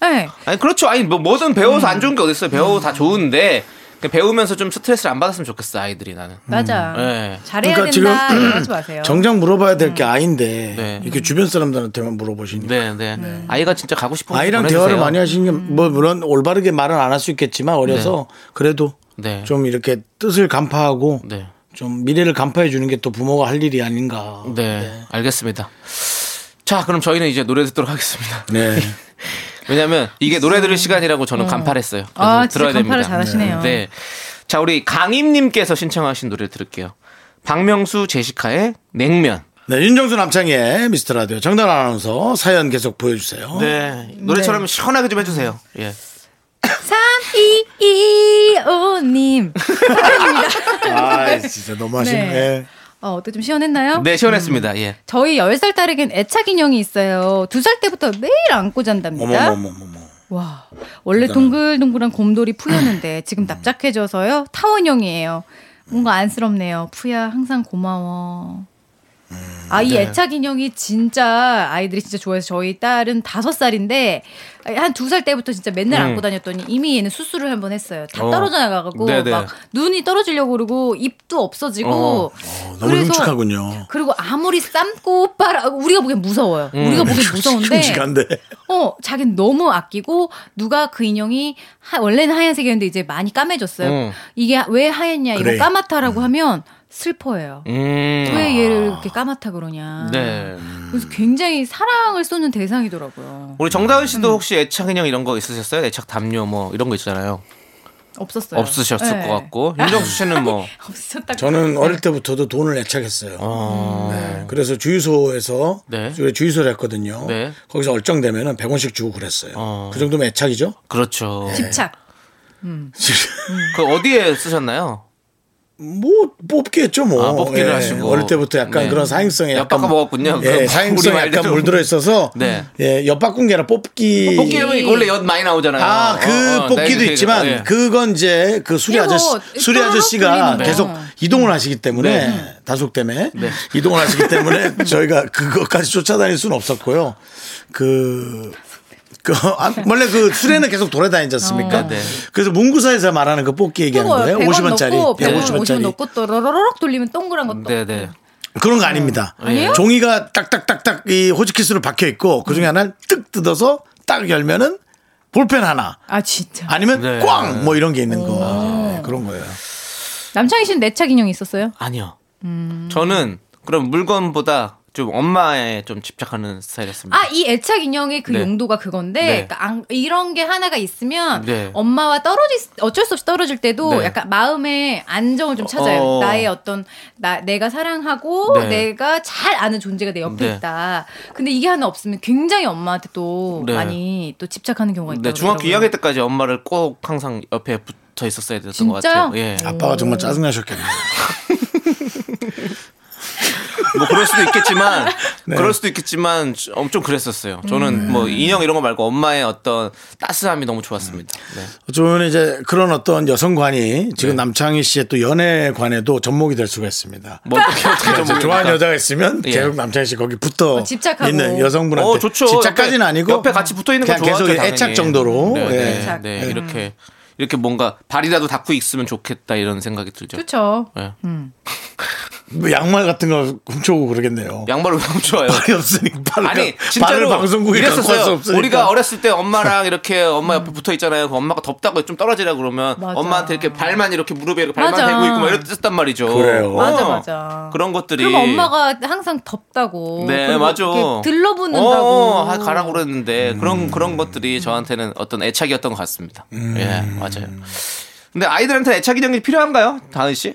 S9: 네.
S8: 아니 그렇죠. 아니 뭐 뭐든 배워서
S9: 음.
S8: 안 좋은 게 어딨어요. 배워서 다 좋은데 그냥 배우면서 좀 스트레스를 안 받았으면 좋겠어 아이들이 나는.
S9: 맞아.
S8: 네.
S9: 잘해야
S7: 음. 그러니까
S9: 된다.
S7: 지금
S9: 이러지 마세요.
S7: 정작 물어봐야 될 게 아닌데
S8: 네.
S7: 이렇게 주변 사람들한테만 물어보시니
S8: 네,
S7: 까
S8: 네. 아이가 진짜 가고 싶은 곳
S7: 아이랑
S8: 보내주세요.
S7: 대화를 많이 하시는 게 뭐 물론 올바르게 말은 안 할 수 있겠지만 어려서 그래도
S8: 네.
S7: 좀 이렇게 뜻을 간파하고
S8: 네.
S7: 좀 미래를 간파해 주는 게 또 부모가 할 일이 아닌가.
S8: 네. 알겠습니다. 자, 그럼 저희는 이제 노래 듣도록 하겠습니다.
S7: 네.
S8: 왜냐면 이게 노래 들을 시간이라고 저는 간파했어요.
S9: 음. 아, 진짜 간파를 잘하시네요.
S8: 네. 자, 우리 강임님께서 신청하신 노래 들을게요. 박명수 제시카의 냉면.
S7: 네, 윤정수 남창희의 미스터 라디오 정단 아나운서 사연 계속 보여주세요.
S9: 어?
S8: 네. 노래처럼 시원하게 좀 해주세요. 예.
S9: 3225님.
S7: 아, 진짜 너무하시네. 예.
S9: 네. 어, 어때 좀 시원했나요?
S8: 네, 시원했습니다. 예.
S9: 저희 10살 딸에겐 애착 인형이 있어요. 2살 때부터 매일 안고 잔답니다.
S7: 어머머머머머.
S9: 와, 원래 동글동글한 곰돌이
S7: 음.
S9: 푸였는데 지금 납작해져서요. 타원형이에요. 뭔가 안쓰럽네요. 푸야 항상 고마워.
S7: 음,
S9: 아,
S7: 네.
S9: 이 애착 인형이 진짜 아이들이 진짜 좋아해서 저희 딸은 다섯 살인데 한 두 살 때부터 진짜
S7: 음.
S9: 맨날 안고 다녔더니 이미 얘는 수술을 한 번 했어요. 다
S8: 어.
S9: 떨어져 나가고
S8: 네네.
S9: 막 눈이 떨어지려고 그러고 입도 없어지고
S8: 어.
S7: 너무 끔찍하군요.
S9: 그리고 아무리 삶고 오빠라 우리가 보기엔 무서워요.
S8: 음.
S9: 우리가 보기엔 무서운데
S7: 끔찍한데.
S9: 어, 자기는 너무 아끼고 누가 그 인형이 하- 원래는 하얀색이었는데 이제 많이 까매졌어요.
S8: 음.
S9: 이게 왜 하얗냐 이거
S7: 그래.
S9: 까맣다라고 하면 슬퍼해요.
S8: 음.
S9: 왜
S7: 아.
S9: 얘를 이렇게 까맣다 그러냐.
S8: 네.
S9: 그래서 굉장히 사랑을 쏟는 대상이더라고요.
S8: 우리 정다은 씨도 혹시 애착인형 이런 거 있으셨어요? 애착 담요 뭐 이런 거 있잖아요.
S9: 없었어요.
S8: 없으셨을
S9: 네. 음.
S8: 것 같고 윤정수 씨는 뭐
S9: 없었다.
S7: 저는 어릴 때부터도 돈을 애착했어요.
S8: 어.
S7: 네, 그래서 주유소에서
S8: 네.
S7: 주- 주유소를 했거든요.
S8: 네.
S7: 거기서 얼쩡되면 100원씩 주고 그랬어요.
S8: 어.
S7: 그 정도면 애착이죠?
S8: 그렇죠.
S9: 집착.
S8: 그 어디에 쓰셨나요?
S7: 뭐 뽑기했죠 뭐.
S8: 아, 뽑기를 하시고.
S7: 어릴 때부터 약간
S8: 네.
S7: 그런 사행성에
S8: 엿 바꿔 먹었군요.
S7: 예,
S8: 그럼 우리
S7: 사행성에
S8: 말대로.
S7: 약간 물들어 있어서
S8: 네.
S7: 예, 엿바꾼 게 아니라 뽑기.
S8: 뽑기 하면 원래 엿 많이 나오잖아요.
S7: 아, 그
S8: 어, 어,
S7: 뽑기도
S8: 네, 그,
S7: 있지만
S8: 예.
S7: 그건 이제 그 수리
S9: 이거
S7: 아저씨 수리
S9: 따로
S7: 아저씨가
S9: 돌리는 거.
S7: 계속 이동을 하시기 때문에 단속 때문에 이동을 하시기 때문에 저희가 그것까지 쫓아다닐 수는 없었고요. 그. 그, 아, 원래 그 수레는 계속 돌아다니지 않습니까?
S9: 어.
S8: 네, 네.
S7: 그래서 문구사에서 말하는 그 뽑기 얘기하는
S9: 이거
S7: 거예요.
S9: 100원
S7: 50원짜리,
S9: 넣고 150원,
S7: 150원짜리.
S9: 넣고 또 러러럭 돌리면 동그란 것도.
S8: 네, 네.
S7: 그런 거 아닙니다. 예.
S9: 음. 아니에요?
S7: 종이가 딱딱딱딱 이 호치키스로 박혀 있고 그 중에
S9: 음.
S7: 하나를 뜩 뜯어서 딱 열면은 볼펜 하나
S9: 아 진짜.
S7: 아니면
S8: 네.
S7: 꽝 뭐 이런 게 있는
S9: 음.
S7: 거 네, 그런 거예요.
S9: 남창희 씨는 내착 인형 있었어요? 음.
S8: 아니요. 저는 그럼 물건보다 좀 엄마에 좀 집착하는 스타일이었습니다.
S9: 아, 이 애착 인형의 그
S8: 네.
S9: 용도가 그건데,
S8: 네.
S9: 그러니까 안- 이런 게 하나가 있으면
S8: 네.
S9: 엄마와 떨어질, 수- 어쩔 수 없이 떨어질 때도
S8: 네.
S9: 약간 마음의 안정을 좀 찾아요.
S8: 어.
S9: 나의 어떤, 나, 내가 사랑하고
S8: 네.
S9: 내가 잘 아는 존재가 내 옆에
S8: 네.
S9: 있다. 근데 이게 하나 없으면 굉장히 엄마한테 또
S8: 네.
S9: 많이 또 집착하는 경우가 있다.
S8: 네, 중학교 2학년 때까지 엄마를 꼭 항상 옆에 붙어 있었어야 됐던 것 같아요.
S9: 진짜요?
S8: 예.
S7: 아빠가 정말 짜증나셨겠네요.
S8: 뭐 그럴 수도 있겠지만
S7: 네.
S8: 그럴 수도 있겠지만 엄청 그랬었어요. 저는
S7: 음.
S8: 뭐 인형 이런 거 말고 엄마의 어떤 따스함이 너무 좋았습니다.
S7: 음.
S8: 네.
S7: 저는 이제 그런 어떤 여성관이 지금 남창희 씨의 또 연애관에도 접목이 될 수가 있습니다.
S8: 뭐 어떻게 어떻게 좀
S7: 이제 그렇죠. 좋아하는 여자가 있으면
S8: 예.
S7: 계속 남창희 씨 거기 붙어
S9: 어, 집착하고.
S7: 있는 여성분한테
S8: 어, 좋죠.
S7: 집착까지는
S8: 옆에-
S7: 아니고
S8: 옆에 같이 붙어 있는 거
S7: 그냥
S8: 좋아하죠.
S7: 계속 애착
S8: 당연히.
S7: 정도로
S8: 네,
S7: 예.
S8: 네, 네, 이렇게 이렇게 뭔가 발이라도 닿고 있으면 좋겠다 이런 생각이 들죠.
S9: 그렇죠.
S8: 예.
S7: 뭐 양말 같은 거 훔쳐오고 그러겠네요.
S8: 양말을 왜 훔쳐요?
S7: 발이 없으니까 발을,
S8: 아니
S7: 발을
S8: 진짜로
S7: 방송국에 갖고 갈 수
S8: 이랬었어요.
S7: 없으니까
S8: 우리가 어렸을 때 엄마랑 이렇게 엄마 옆에 붙어 있잖아요. 그 엄마가 덥다고 좀 떨어지라 그러면
S9: 맞아.
S8: 엄마한테 이렇게 발만 이렇게 무릎에 이렇게 발만
S9: 맞아.
S8: 대고 있고 막 이랬었단 말이죠.
S7: 그래요.
S9: 맞아,
S8: 어.
S9: 맞아.
S8: 그런 것들이
S9: 그럼 엄마가 항상 덥다고.
S8: 네,
S9: 그리고
S8: 맞아.
S9: 이렇게 들러붙는다고.
S8: 어, 하- 가라고 그랬는데
S7: 음.
S8: 그런 그런 것들이 저한테는 어떤 애착이었던 것 같습니다.
S7: 음.
S8: 예, 맞아요. 근데 아이들한테 애착 인형이 필요한가요, 다은 씨?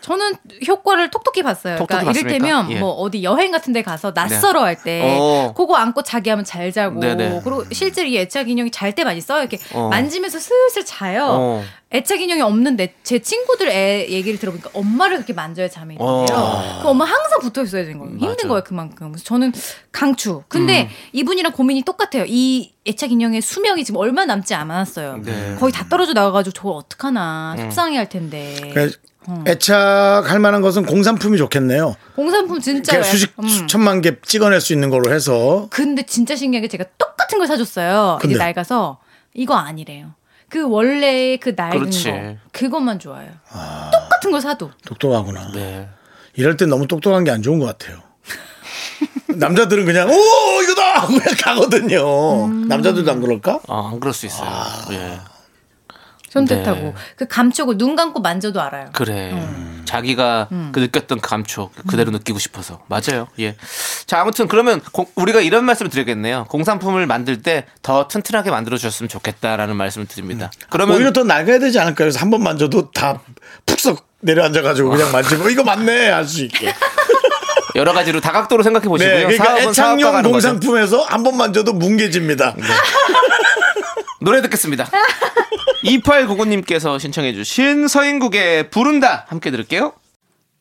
S9: 저는 효과를 톡톡히 봤어요.
S8: 톡톡히
S9: 그러니까
S8: 봤습니까?
S9: 이를테면
S8: 예.
S9: 뭐 어디 여행 같은 데 가서 낯설어 할 때
S8: 어.
S9: 그거 안고 자기 하면 잘 자고
S8: 네네.
S9: 그리고 실제로 이 애착 인형이 잘 때 많이 써요. 이렇게
S8: 어.
S9: 만지면서 슬슬 자요.
S8: 어.
S9: 애착 인형이 없는데 제 친구들 애 얘기를 들어보니까 엄마를 그렇게 만져야 잠이
S8: 어.
S9: 있대요. 그 엄마 항상 붙어 있어야 되는 거예요. 힘든
S8: 맞아.
S9: 거예요 그만큼. 그래서 저는 강추. 근데
S8: 음.
S9: 이분이랑 고민이 똑같아요. 이 애착 인형의 수명이 지금 얼마 남지 않았어요.
S8: 네. 음.
S9: 거의 다 떨어져 나가가지고 저걸 어떡하나 속상해할 텐데.
S7: 그러니까
S9: 음.
S7: 애착할 만한 것은 공산품이 좋겠네요.
S9: 공산품 진짜
S7: 그러니까 수십
S9: 음.
S7: 수천만 개 찍어낼 수 있는 걸로 해서
S9: 근데 진짜 신기한 게 제가 똑같은 걸 사줬어요.
S7: 근데요?
S9: 이제 낡아서 이거 아니래요. 그 원래 그 낡은
S8: 그렇지.
S9: 거 그것만 좋아요. 똑같은 걸 사도
S7: 똑똑하구나.
S8: 네.
S7: 이럴 땐 너무 똑똑한 게 안 좋은 것 같아요. 남자들은 그냥 오 이거다 하고 그냥 가거든요.
S9: 음.
S7: 남자들도 안 그럴까?
S8: 아, 안 그럴 수 있어요. 예.
S9: 손뜻하고
S8: 네.
S9: 그 감촉을 눈 감고 만져도 알아요.
S8: 그래.
S7: 음.
S8: 자기가 그 느꼈던 감촉 그대로 느끼고 싶어서. 맞아요. 예. 자, 아무튼 그러면 공- 우리가 이런 말씀을 드리겠네요. 공산품을 만들 때 더 튼튼하게 만들어 주셨으면 좋겠다라는 말씀을 드립니다. 그러면
S7: 음. 뭐 오히려 더 낡아야 되지 않을까요? 그래서 한 번 만져도 다 푹석 내려앉아가지고 그냥 만지고 이거 맞네 할 수 있게.
S8: 여러 가지로 다각도로 생각해 보시고요.
S7: 네, 그러니까
S8: 사업은 사업과
S7: 애착용
S8: 가는 거죠. 네.
S7: 공산품에서 한 번 만져도 뭉개집니다.
S8: 노래 듣겠습니다. 2899님께서 신청해 주신 서인국의 부른다 함께 들을게요.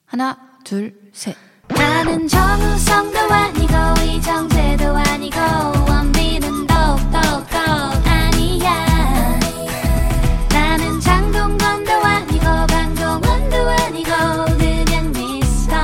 S9: 하나, 둘, 셋.
S3: 나는 정우성도 아니고 이정재도 아니고 원빈은 더욱더 아니야 나는 장동건도 아니고 강동원도 아니고 그냥 미스터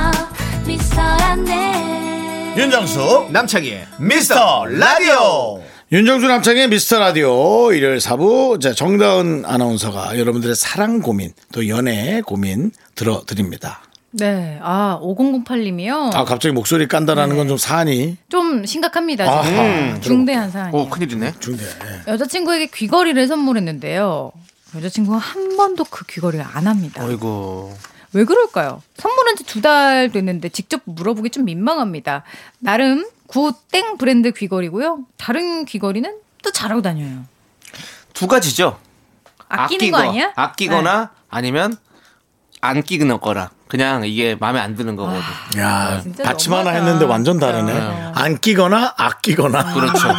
S3: 미스터란데
S1: 윤정수 남창희의 미스터 라디오
S7: 윤정수 남창의 미스터 라디오 일요일 사부 정다은 아나운서가 여러분들의 사랑 고민 또 연애 고민 들어드립니다.
S9: 네, 아 5008님이요.
S7: 아 갑자기 목소리 깐다라는 건 좀 사안이
S9: 좀 심각합니다.
S7: 아하,
S9: 지금
S8: 음,
S7: 들어볼게요.
S9: 중대한 사안이에요.
S8: 오 큰일이네.
S7: 중대.
S9: 여자친구에게 귀걸이를 선물했는데요. 여자친구가 한 번도 그 귀걸이를 안 합니다.
S8: 아이고.
S9: 왜 그럴까요? 선물한 지 두 달 됐는데 직접 물어보기 좀 민망합니다. 나름 구땡 브랜드 귀걸이고요. 다른 귀걸이는 또 잘하고 다녀요.
S8: 두 가지죠.
S9: 아끼는 거 아니야?
S8: 아끼거나
S7: 네.
S8: 아니면 안 끼는 거라. 그냥 이게 마음에 안 드는 거거든.
S7: 아. 야
S9: 진짜
S7: 받침 하나
S9: 너무하다.
S7: 했는데 완전 다르네.
S9: 네.
S7: 안 끼거나 아끼거나.
S8: 그렇죠.
S9: 네.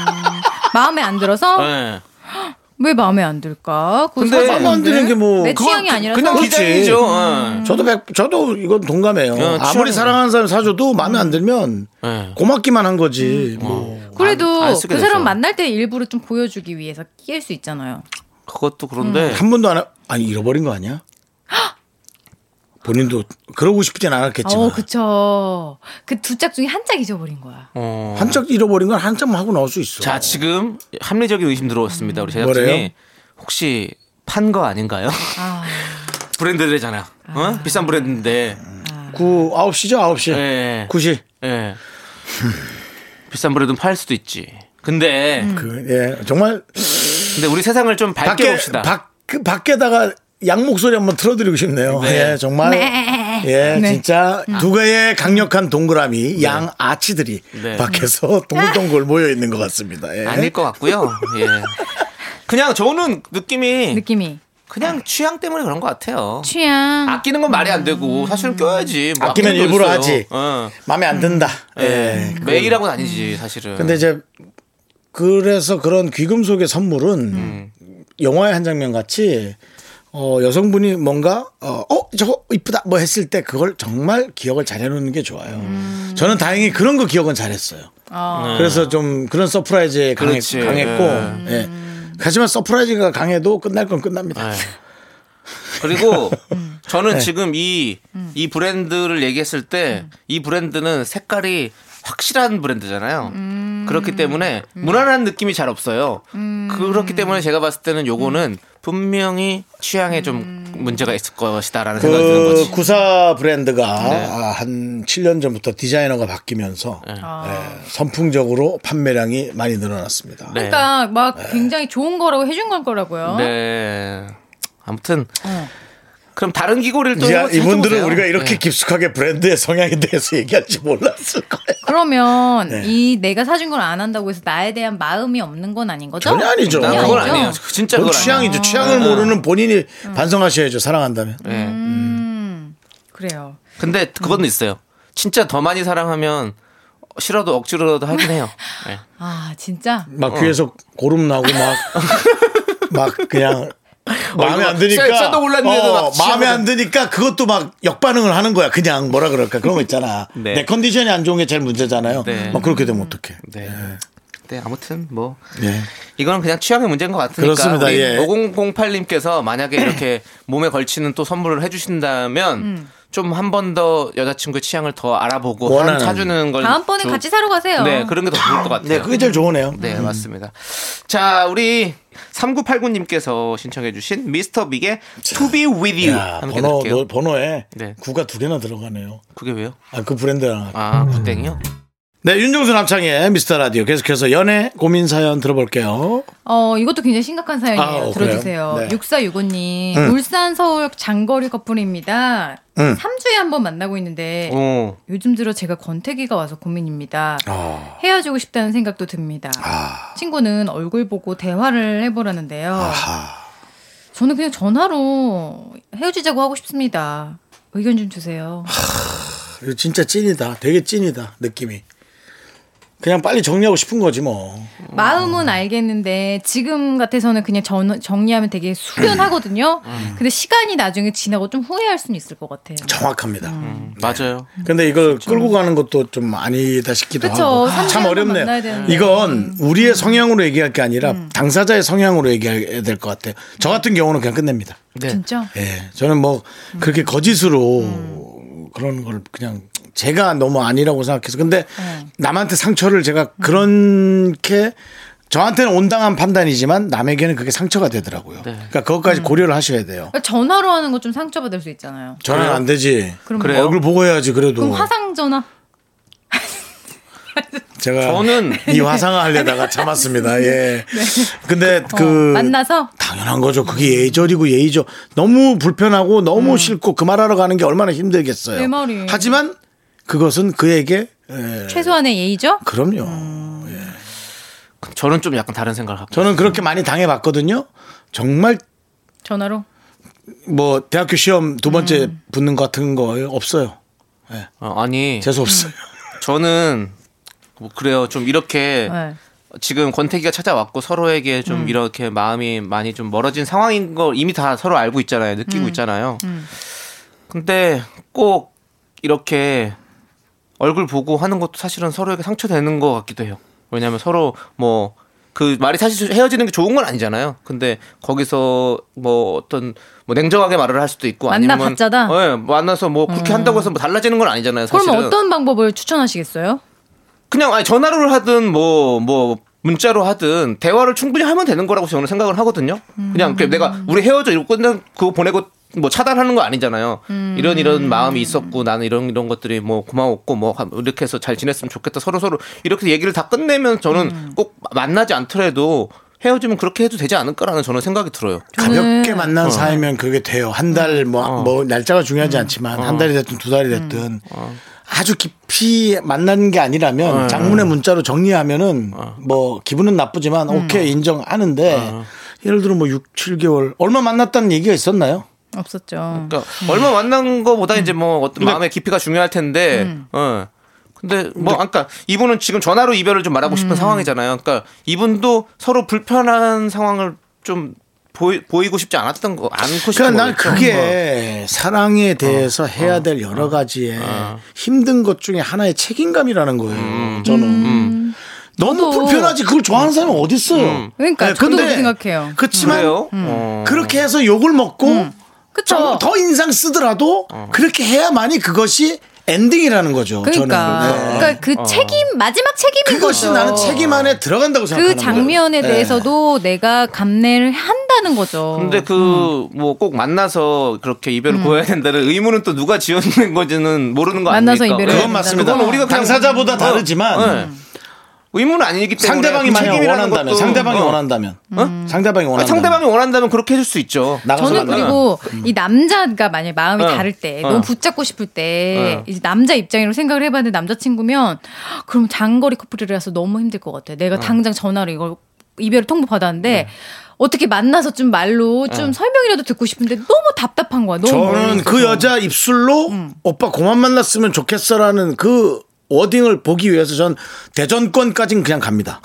S9: 마음에 안 들어서
S8: 예.
S9: 왜 마음에 안 들까? 그거
S8: 근데
S9: 사실
S7: 마음에 안 드는 게 뭐-
S9: 내
S7: 그거
S9: 취향이 아니라서
S8: 그냥
S7: 그렇지.
S8: 기장이죠. 예.
S7: 저도 백, 저도 이건 동감해요.
S8: 어,
S7: 아무리
S8: 취향이-
S7: 사랑하는 사람 사줘도 마음에 안 들면
S8: 네.
S7: 고맙기만 한 거지. 뭐.
S9: 그래도
S8: 안- 안 쓰게
S9: 그 사람
S8: 되죠.
S9: 만날 때 일부러 좀 보여주기 위해서 낄 수 있잖아요.
S8: 그것도 그런데
S9: 음.
S7: 한 번도 안 하- 아니 잃어버린 거 아니야? 본인도 그러고 싶진 않았겠지만
S9: 어, 그쵸. 그 두 짝 중에 한 짝 잊어버린 거야.
S8: 어.
S7: 한짝 잃어버린 건 한짝만 하고 나올 수 있어.
S8: 자 지금 합리적인 의심 들어왔습니다. 우리 제작진이
S7: 뭐래요?
S8: 혹시 판 거 아닌가요?
S9: 아,
S8: 브랜드래잖아. 어? 비싼 브랜드인데.
S7: 9, 9시죠? 9시.
S8: 예.
S7: 9시.
S8: 예. 비싼 브랜드는 팔 수도 있지. 근데
S9: 음.
S7: 그, 예. 정말
S8: 근데 우리 세상을 좀 밝게
S7: 밖에,
S8: 봅시다.
S7: 밖, 그 밖에다가 양 목소리 한번 틀어드리고 싶네요.
S8: 네.
S7: 예, 정말. 예,
S9: 네.
S7: 진짜 두 개의 강력한 동그라미, 양 아치들이
S8: 네.
S7: 밖에서 동글동글 모여 있는 것 같습니다. 예.
S8: 아닐 것 같고요. 예. 그냥 저는 느낌이
S9: 느낌이.
S8: 그냥 취향 때문에 그런 것 같아요.
S9: 취향. 음.
S8: 아끼는 건 말이 안 되고 사실은 껴야지. 뭐
S7: 아끼면
S8: 아끼는 거
S7: 일부러
S8: 있어요.
S7: 하지.
S8: 어.
S7: 마음에 안 든다. 예.
S8: 예. 매일하고는 아니지 사실은.
S7: 근데 이제
S8: 음.
S7: 그래서 그런 귀금속의 선물은 영화의 한 장면 같이 어, 여성분이 뭔가 어, 어 저거 이쁘다 뭐 했을 때 그걸 정말 기억을 잘 해놓는 게 좋아요. 저는 다행히 그런 거 기억은 잘했어요.
S8: 아,
S7: 그래서 좀 그런 서프라이즈에 강했,
S8: 그렇지. 네.
S7: 강했고 예. 하지만 서프라이즈가 강해도 끝날 건 끝납니다.
S8: 네. 그리고
S7: 음.
S8: 저는
S7: 네.
S8: 지금 이,
S9: 음.
S8: 이 브랜드를 얘기했을 때 이 브랜드는 색깔이 확실한 브랜드잖아요.
S9: 음.
S8: 그렇기 때문에 무난한 느낌이 잘 없어요. 그렇기 때문에 제가 봤을 때는 요거는
S9: 음.
S8: 분명히 취향에 좀 문제가 있을 것이다라는 생각이 드는
S7: 그
S8: 거지. 네.
S7: 구사 브랜드가 아, 한 7년 전부터 디자이너가 바뀌면서
S8: 아.
S7: 예, 선풍적으로 판매량이 많이 늘어났습니다.
S8: 네.
S9: 그러니까 막 굉장히 좋은 거라고 해준 걸 거라고요. 어.
S8: 네. 아무튼 그럼 다른 기고를 또
S7: 이제
S8: 한번
S7: 이분들은
S8: 살펴보세요.
S7: 우리가 이렇게
S8: 네.
S7: 깊숙하게 브랜드의 성향에 대해서 얘기할지 몰랐을 거예요.
S9: 그러면
S7: 네.
S9: 이 내가 사준 걸 안 한다고 해서 나에 대한 마음이 없는 건 아닌 거죠?
S7: 전혀 아니죠.
S8: 난 그건
S9: 아니죠?
S8: 아니에요. 진짜 그건 아니에요.
S7: 그건 취향이죠. 취향을 모르는 본인이
S8: 음.
S7: 반성하셔야죠. 사랑한다면.
S8: 네.
S9: 그래요.
S8: 근데 그건
S7: 음.
S8: 있어요. 진짜 더 많이 사랑하면 싫어도 억지로라도 하긴 해요. 네.
S9: 아 진짜
S8: 음, 어.
S7: 막 귀에서 고름 나고 막, 막 그냥 마음에
S8: 이거
S7: 안 드니까.
S8: 쌀- 쌀도 올랐는데도
S7: 어,
S8: 막 취향을-
S7: 마음에 안 드니까 그것도 막 역반응을 하는 거야. 그냥 뭐라 그럴까. 그런 거 있잖아.
S8: 네.
S7: 내 컨디션이 안 좋은 게 제일 문제잖아요.
S8: 네.
S7: 막 그렇게 되면 어떡해.
S8: 네. 네, 아무튼 뭐
S7: 예.
S8: 이건 그냥 취향의 문제인 것 같으니까
S7: 그렇습니다.
S8: 우리
S7: 예.
S8: 5008님께서 만약에 이렇게 몸에 걸치는 또 선물을 해주신다면
S9: 음.
S8: 좀 한 번 더 여자친구의 취향을 더 알아보고
S7: 원하는.
S8: 한 사주는 걸
S9: 다음번에
S8: 주-
S9: 같이 사러 가세요.
S8: 네 그런 게 더 좋을 것 같아요.
S7: 네, 그게 제일 좋으네요.
S8: 네, 맞습니다. 자, 우리 3989님께서 신청해주신 미스터 빅의 To Be With You
S7: 야,
S8: 함께
S7: 번호, 뭐-
S8: 들을게요.
S7: 너- 번호에
S8: 네.
S7: 구가 두 개나 들어가네요.
S8: 그게 왜요?
S7: 아, 그 브랜드랑.
S8: 아, 구땡이요?
S7: 네, 윤종수 남창의 미스터 라디오 계속해서 연애 고민 사연 들어볼게요.
S9: 어, 이것도 굉장히 심각한 사연이에요.
S7: 아, 어,
S9: 들어주세요.
S7: 그래요? 네. 음.
S9: 6465님, 울산, 서울 장거리 커플입니다. 3주에 한 번 만나고 있는데,
S8: 어.
S9: 요즘 들어 제가 권태기가 와서 고민입니다.
S7: 아,
S9: 헤어지고 싶다는 생각도 듭니다. 친구는 얼굴 보고 대화를 해보라는데요.
S7: 아.
S9: 저는 그냥 전화로 헤어지자고 하고 싶습니다. 의견 좀 주세요.
S7: 아, 이거 진짜 찐이다. 되게 찐이다. 느낌이. 그냥 빨리 정리하고 싶은 거지 뭐.
S9: 마음은 알겠는데 지금 같아서는 그냥 전, 정리하면 되게 숙연하거든요.
S7: 음.
S9: 음. 근데 시간이 나중에 지나고 좀 후회할 수는 있을 것 같아요.
S7: 정확합니다.
S8: 음. 맞아요.
S7: 근데 이걸 끌고 가는 것도 좀 아니다 싶기도
S9: 그렇죠. 그쵸.
S7: 하고.
S9: 삼
S7: 참
S9: 명만
S7: 어렵네요. 음.
S9: 만나야 되는데. 음.
S7: 이건 우리의 성향으로 얘기할 게 아니라 당사자의 성향으로 얘기해야 될 것 같아요. 저 같은 경우는 그냥 끝냅니다.
S8: 네.
S9: 진짜?
S7: 예. 저는 뭐
S9: 음.
S7: 그렇게 거짓으로 그런 걸 그냥 제가 너무 아니라고 생각해서 근데
S9: 네.
S7: 남한테 상처를 제가
S9: 음.
S7: 그렇게 저한테는 온당한 판단이지만 남에게는 그게 상처가 되더라고요.
S9: 네.
S7: 그러니까
S9: 음.
S7: 그것까지 고려를 하셔야 돼요.
S9: 그러니까 전화로 하는 건 좀 상처받을 수 있잖아요.
S7: 저는 안 되지.
S9: 그럼
S8: 그래요?
S7: 얼굴 보고 해야지 그래도.
S9: 그럼 화상 전화?
S7: 네. 제가
S8: 저는
S7: 이 화상을 하려다가 참았습니다. 예. 근데
S9: 어,
S7: 그
S9: 만나서
S7: 당연한 거죠. 그게 예절이고 예의죠. 너무 불편하고 너무 싫고 그 말하러 가는 게 얼마나 힘들겠어요.
S9: 음. 내 말이.
S7: 하지만 그것은 그에게 예,
S9: 최소한의 예의죠?
S7: 그럼요.
S9: 음.
S8: 저는 좀 약간 다른 생각을 갖고.
S7: 저는 그렇게 많이 당해봤거든요. 정말
S9: 전화로?
S7: 뭐 대학교 시험 두 번째
S9: 음.
S7: 붙는 것 같은 거 없어요.
S8: 어, 아니,
S7: 재수 없어요.
S8: 저는 뭐 그래요. 좀 이렇게
S9: 네.
S8: 지금 권태기가 찾아왔고 서로에게 좀 이렇게 마음이 많이 좀 멀어진 상황인 걸 이미 다 서로 알고 있잖아요.
S9: 음.
S8: 느끼고 있잖아요. 근데 꼭 이렇게 얼굴 보고 하는 것도 사실은 서로에게 상처되는 것 같기도 해요. 왜냐하면 서로 뭐 그 말이 사실 헤어지는 게 좋은 건 아니잖아요. 근데 거기서 뭐 어떤 뭐 냉정하게 말을 할 수도 있고 아니면
S9: 만나봤자다? 음.
S8: 예, 만나서 뭐 그렇게 한다고 해서 뭐 달라지는 건 아니잖아요. 사실은.
S9: 그러면 어떤 방법을 추천하시겠어요?
S8: 그냥 아니 전화로 하든 뭐 뭐 문자로 하든 대화를 충분히 하면 되는 거라고 저는 생각을 하거든요. 그냥 그 내가 우리 헤어져 이거 끝난 그거 보내고 뭐 차단하는 거 아니잖아요. 이런 이런 마음이 있었고 나는 이런 이런 것들이 뭐 고마웠고 뭐 이렇게 해서 잘 지냈으면 좋겠다 서로 서로 이렇게 얘기를 다 끝내면 저는 꼭 만나지 않더라도 헤어지면 그렇게 해도 되지 않을까라는 저는 생각이 들어요.
S9: 네.
S7: 가볍게 만난 사이면 그게 돼요. 한 달 뭐 뭐 날짜가 중요하지 않지만 한 달이 됐든 두 달이 됐든 아주 깊이 만난 게 아니라면 장문의 문자로 정리하면은 뭐 기분은 나쁘지만 오케이 인정하는데 예를 들어 뭐 6, 7개월 얼마 만났다는 얘기가 있었나요? 음.
S9: 없었죠.
S8: 그러니까 얼마 만난 거보다 이제 뭐 어떤 마음의 깊이가 중요할 텐데,
S7: 음.
S8: 어. 근데 뭐 아까 이분은 지금 전화로
S7: 음.
S8: 이별을 좀 말하고 싶은 상황이잖아요. 그러니까 이분도 서로 불편한 상황을 좀 보이, 보이고 싶지 않았던 거 않고 싶은 뭐.
S7: 그러니까 난
S8: 거겠죠.
S7: 그게
S8: 어.
S7: 사랑에 대해서 해야 될 여러 가지의 힘든 것 중에 하나의 책임감이라는 거예요.
S8: 음.
S7: 저는 너무
S9: 음. 저도.
S7: 불편하지 그걸 좋아하는 사람이 어딨어요
S9: 그러니까 저도 그렇게 생각해요.
S7: 그렇지만
S8: 음. 그래요? 어.
S7: 그렇게 해서 욕을 먹고
S9: 음. 그쵸?
S7: 좀더 인상 쓰더라도 그렇게 해야만이 그것이 엔딩이라는 거죠.
S9: 그러니까
S7: 저는. 네.
S9: 그러니까 그 책임 마지막 책임인
S7: 그것이
S9: 거죠.
S7: 나는 책임 안에 들어간다고 생각하는
S9: 그
S7: 거예요. 네.
S9: 장면에 대해서도 내가 감내를 한다는
S7: 음.
S9: 거죠.
S8: 근데 그 뭐 꼭 만나서 그렇게 이별을 보여야 된다는 의무는 또 누가 지어낸 건지는 모르는 거
S9: 만나서
S8: 아닙니까? 네.
S9: 이별을
S7: 그건 맞습니다.
S8: 그건 우리가 그냥
S7: 당사자보다
S8: 어,
S7: 다르지만
S8: 네. 의무는 아니기 때문에
S7: 상대방이
S8: 그
S7: 만약
S8: 책임이라는
S7: 원한다면
S8: 것도-
S7: 상대방이
S8: 어.
S7: 원한다면
S8: 어?
S7: 음. 상대방이
S8: 아,
S7: 원한다면
S8: 상대방이 원한다면 그렇게 해줄 수 있죠.
S7: 나가서
S9: 저는
S7: 만나면.
S9: 그리고 이 남자가 만약에 마음이
S8: 어.
S9: 다를 때
S8: 어.
S9: 너무 붙잡고 싶을 때
S8: 어.
S9: 이제 남자 입장으로 생각을 해봤는데 남자친구면 그럼 장거리 커플이라서 너무 힘들 것 같아. 내가 당장 전화로 이걸 이별을 통보받았는데 어떻게 만나서 좀 말로 좀 설명이라도 듣고 싶은데 너무 답답한 거야. 너무 멀리
S7: 저는 그
S9: 있어서. 음.
S7: 여자 입술로 오빠 고만 만났으면 좋겠어라는 그 워딩을 보기 위해서 전 대전권까지는 그냥 갑니다.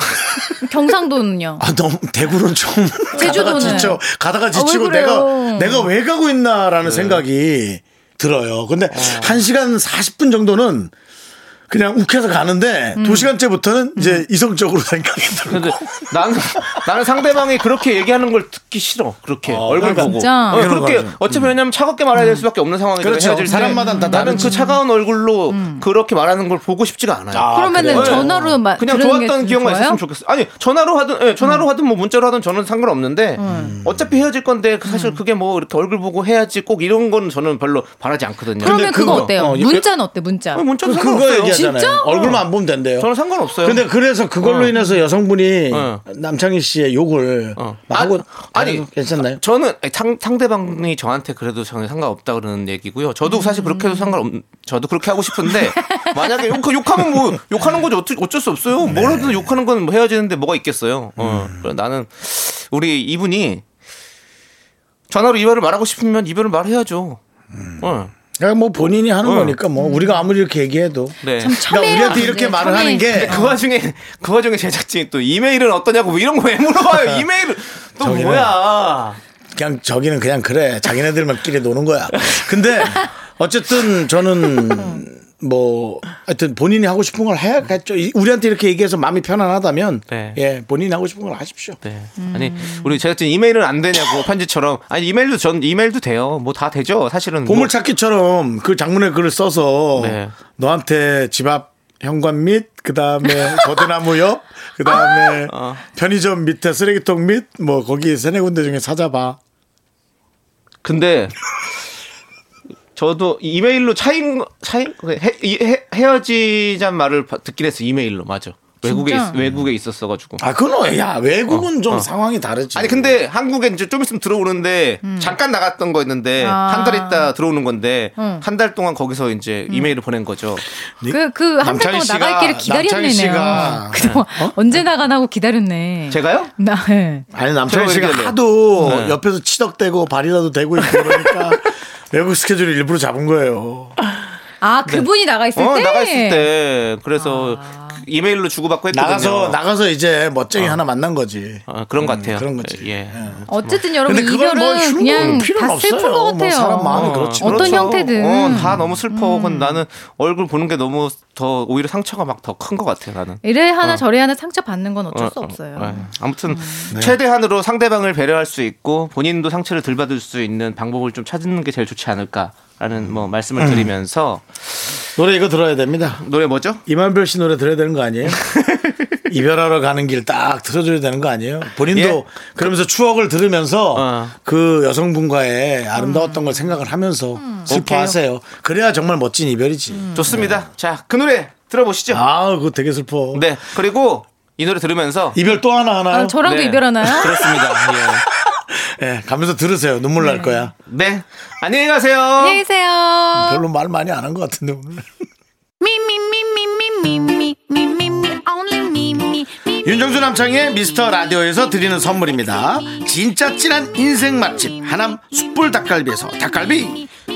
S9: 경상도는요.
S7: 아 너무 대구는 좀 가다가
S9: 제주도는. 네. 아,
S7: 지쳐 가다가 지치고
S9: 왜
S7: 내가
S9: 그래요?
S7: 내가 왜 가고 있나라는 생각이 네. 들어요. 근데 한시간 40분 정도는 그냥 욱해서 가는데
S9: 음.
S7: 두시간째부터는 이제 이성적으로 생각이 들고
S8: 근데 나는 나는 상대방이 그렇게 얘기하는 걸 듣기 싫어. 그렇게 얼굴
S7: 그러니까
S8: 보고.
S9: 진짜?
S8: 어, 그렇게
S7: 그러니까.
S8: 어차피 왜냐면 차갑게 말해야 될 수밖에 없는 상황이
S7: 그렇죠. 사람마다 음. 다
S8: 나는 그 차가운 얼굴로 그렇게 말하는 걸 보고 싶지가 않아요.
S9: 그러면은
S8: 그래요?
S9: 전화로
S7: 아,
S9: 마,
S8: 그냥
S9: 들은 게
S8: 좋았던
S9: 좀
S8: 기억만
S9: 좋아요?
S8: 있었으면 좋겠어. 아니 전화로 하든 예,
S7: 음.
S8: 전화로 하든 뭐 문자로 하든 저는 상관없는데 어차피 헤어질 건데 그
S7: 음.
S8: 사실 그게 뭐 이렇게 얼굴 보고 해야지 꼭 이런 거는 저는 별로 바라지 않거든요.
S9: 그러면
S7: 근데
S9: 그거
S7: 그거,
S9: 어때요?
S7: 어, 이게-
S9: 문자는 어때? 문자.
S8: 아니, 문자도
S7: 그거
S8: 상관없어요.
S7: 얘기하잖아요.
S9: 진짜?
S7: 얼굴만 안 보면 된대요.
S8: 저는 상관없어요.
S7: 근데 그래서 그걸로
S8: 어.
S7: 인해서 여성분이
S8: 어.
S7: 남창희 씨의 욕을
S8: 어.
S7: 막 하고
S8: 아,
S7: 아니
S8: 아니,
S7: 괜찮나요?
S8: 저는 아니, 상, 상대방이 저한테 그래도 전혀 상관없다 그러는 얘기고요. 저도 사실 그렇게
S7: 음.
S8: 해도 상관없, 저도 그렇게 하고 싶은데 만약에 욕, 욕하면 뭐 욕하는 거지 어쩔, 어쩔 수 없어요.
S7: 네.
S8: 뭐라도 욕하는 건 뭐 헤어지는데 뭐가 있겠어요. 어.
S7: 음.
S8: 그래서 나는 우리 이분이 전화로 이별을 말하고 싶으면 이별을 말해야죠.
S7: 음.
S8: 어.
S7: 그냥 뭐 본인이 하는
S8: 어.
S7: 거니까 뭐 우리가 아무리 이렇게 얘기해도
S8: 네.
S7: 그러니까 우리한테 이렇게 말을 하는 게
S8: 그 와중에 그 와중에 제작진이 또 이메일은 어떠냐고 뭐 이런 거 왜 물어봐요. 이메일은 또
S7: 저기는-
S8: 뭐야.
S7: 그냥 저기는 그냥 그래 자기네들만끼리 노는 거야. 근데 어쨌든 저는 뭐 하여튼 본인이 하고 싶은 걸 해야겠죠. 이- 우리한테 이렇게 얘기해서 마음이 편안하다면
S8: 네.
S7: 예 본인이 하고 싶은 걸 하십시오.
S8: 네. 아니 우리 제작진 이메일은 안 되냐고 편지처럼 아니 이메일도 전 이메일도 돼요. 뭐 다 되죠. 사실은 뭐-
S7: 보물찾기처럼 그 장문의 글을 써서
S8: 네.
S7: 너한테 집 앞 현관 및 그다음에 거대나무 옆 그다음에 편의점 밑에 쓰레기통 밑 뭐 거기 세네 군데 중에 찾아봐.
S8: 근데 저도 이메일로 차인 차인 헤, 이- 헤, 헤어지자 말을 바- 듣긴 했어. 이메일로 맞아. 외국에
S9: 진짜?
S8: 있, 외국에 있었어 가지고.
S7: 아 그건 야 외국은 좀 상황이 다르지.
S8: 아니 근데 한국에 이제 좀 있으면 들어오는데 잠깐 나갔던 거였는데
S9: 아.
S8: 한 달 있다 들어오는 건데
S9: 응.
S8: 한 달 동안 거기서 이제 이메일을 보낸 거죠.
S9: 그, 그, 한 달
S7: 남창희
S9: 동안
S7: 씨가-
S9: 나갈 길을
S7: 남창희
S9: 기다렸네요.
S7: 씨가-
S9: 그동안 언제 나가나고 기다렸네.
S8: 제가요?
S9: 나, 예.
S7: 아니 남창희
S8: 제가
S7: 씨가
S8: 얘기하네요.
S7: 하도
S8: 네.
S7: 옆에서 치덕대고 발이라도 대고 있고 그러니까 외국 스케줄을 일부러 잡은 거예요.
S9: 아, 그분이 나가 있을
S8: 어
S9: 때?
S8: 나가 있을 때 그래서 그 이메일로 주고받고 했거든요.
S7: 나가서 나가서 이제 멋쟁이 하나 만난 거지.
S8: 아, 그런 것 같아요.
S7: 음, 그런 거지.
S8: 예.
S9: 어쨌든 여러분,
S7: 근데 그건
S9: 이별은
S7: 뭐 흉물
S9: 그냥
S7: 필요는
S9: 다
S7: 없어요.
S9: 슬픈 것
S7: 뭐
S9: 같아요.
S7: 사람 마음이 그렇지.
S9: 어떤
S8: 그렇죠.
S9: 형태든. 음.
S8: 어, 다 너무 슬퍼. 그건 나는 얼굴 보는 게 너무 더 오히려 상처가 막 더 큰 것 같아 나는.
S9: 이래 하나 저래 하나 상처 받는 건 어쩔 수
S8: 어, 어,
S9: 없어요. 음.
S8: 예. 아무튼
S7: 네.
S8: 최대한으로 상대방을 배려할 수 있고 본인도 상처를 덜 받을 수 있는 방법을 좀 찾는 게 제일 좋지 않을까라는 뭐
S7: 음.
S8: 말씀을 드리면서
S7: 노래 이거 들어야 됩니다.
S8: 노래 뭐죠?
S7: 이만별 씨 노래 들어야 되는 거 아니에요? 이별하러 가는 길 딱 들어줘야 되는 거 아니에요? 본인도
S8: 예?
S7: 그러면서 추억을 들으면서
S8: 어.
S7: 그 여성분과의 아름다웠던 걸 생각을 하면서 슬퍼하세요. 그래야 정말 멋진 이별이지.
S8: 좋습니다. 자, 그 노래 들어보시죠.
S7: 네. 아, 그거 되게 슬퍼.
S8: 네. 그리고 이 노래 들으면서
S7: 이별 또 하나 하나요?
S9: 아, 저랑도
S8: 네.
S9: 이별하나요?
S8: 그렇습니다. 예.
S7: 예, 가면서 들으세요. 눈물 날 거야.
S8: 네. 안녕히 가세요.
S9: 안녕히 계세요.
S7: 별로 말 많이 안 한 것 같은데 오늘. 윤정수 남창의 미스터 라디오에서 드리는 선물입니다. 진짜 찐한 인생 맛집 하남 숯불 닭갈비에서 닭갈비,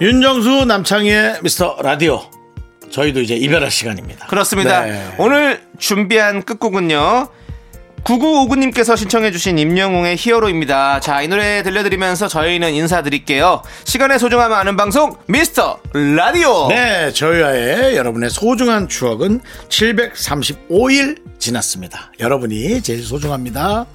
S7: 윤정수 남창희의 미스터 라디오 저희도 이제 이별할 시간입니다
S1: 그렇습니다.
S7: 네.
S1: 오늘 준비한 끝곡은요. 9959님께서 신청해주신 임영웅의 히어로입니다. 자, 이 노래 들려드리면서 저희는 인사드릴게요. 시간의 소중함을 아는 방송, 미스터
S8: 어.
S1: 라디오!
S7: 네, 저희와의 여러분의 소중한 추억은 735일 지났습니다. 여러분이 제일 소중합니다.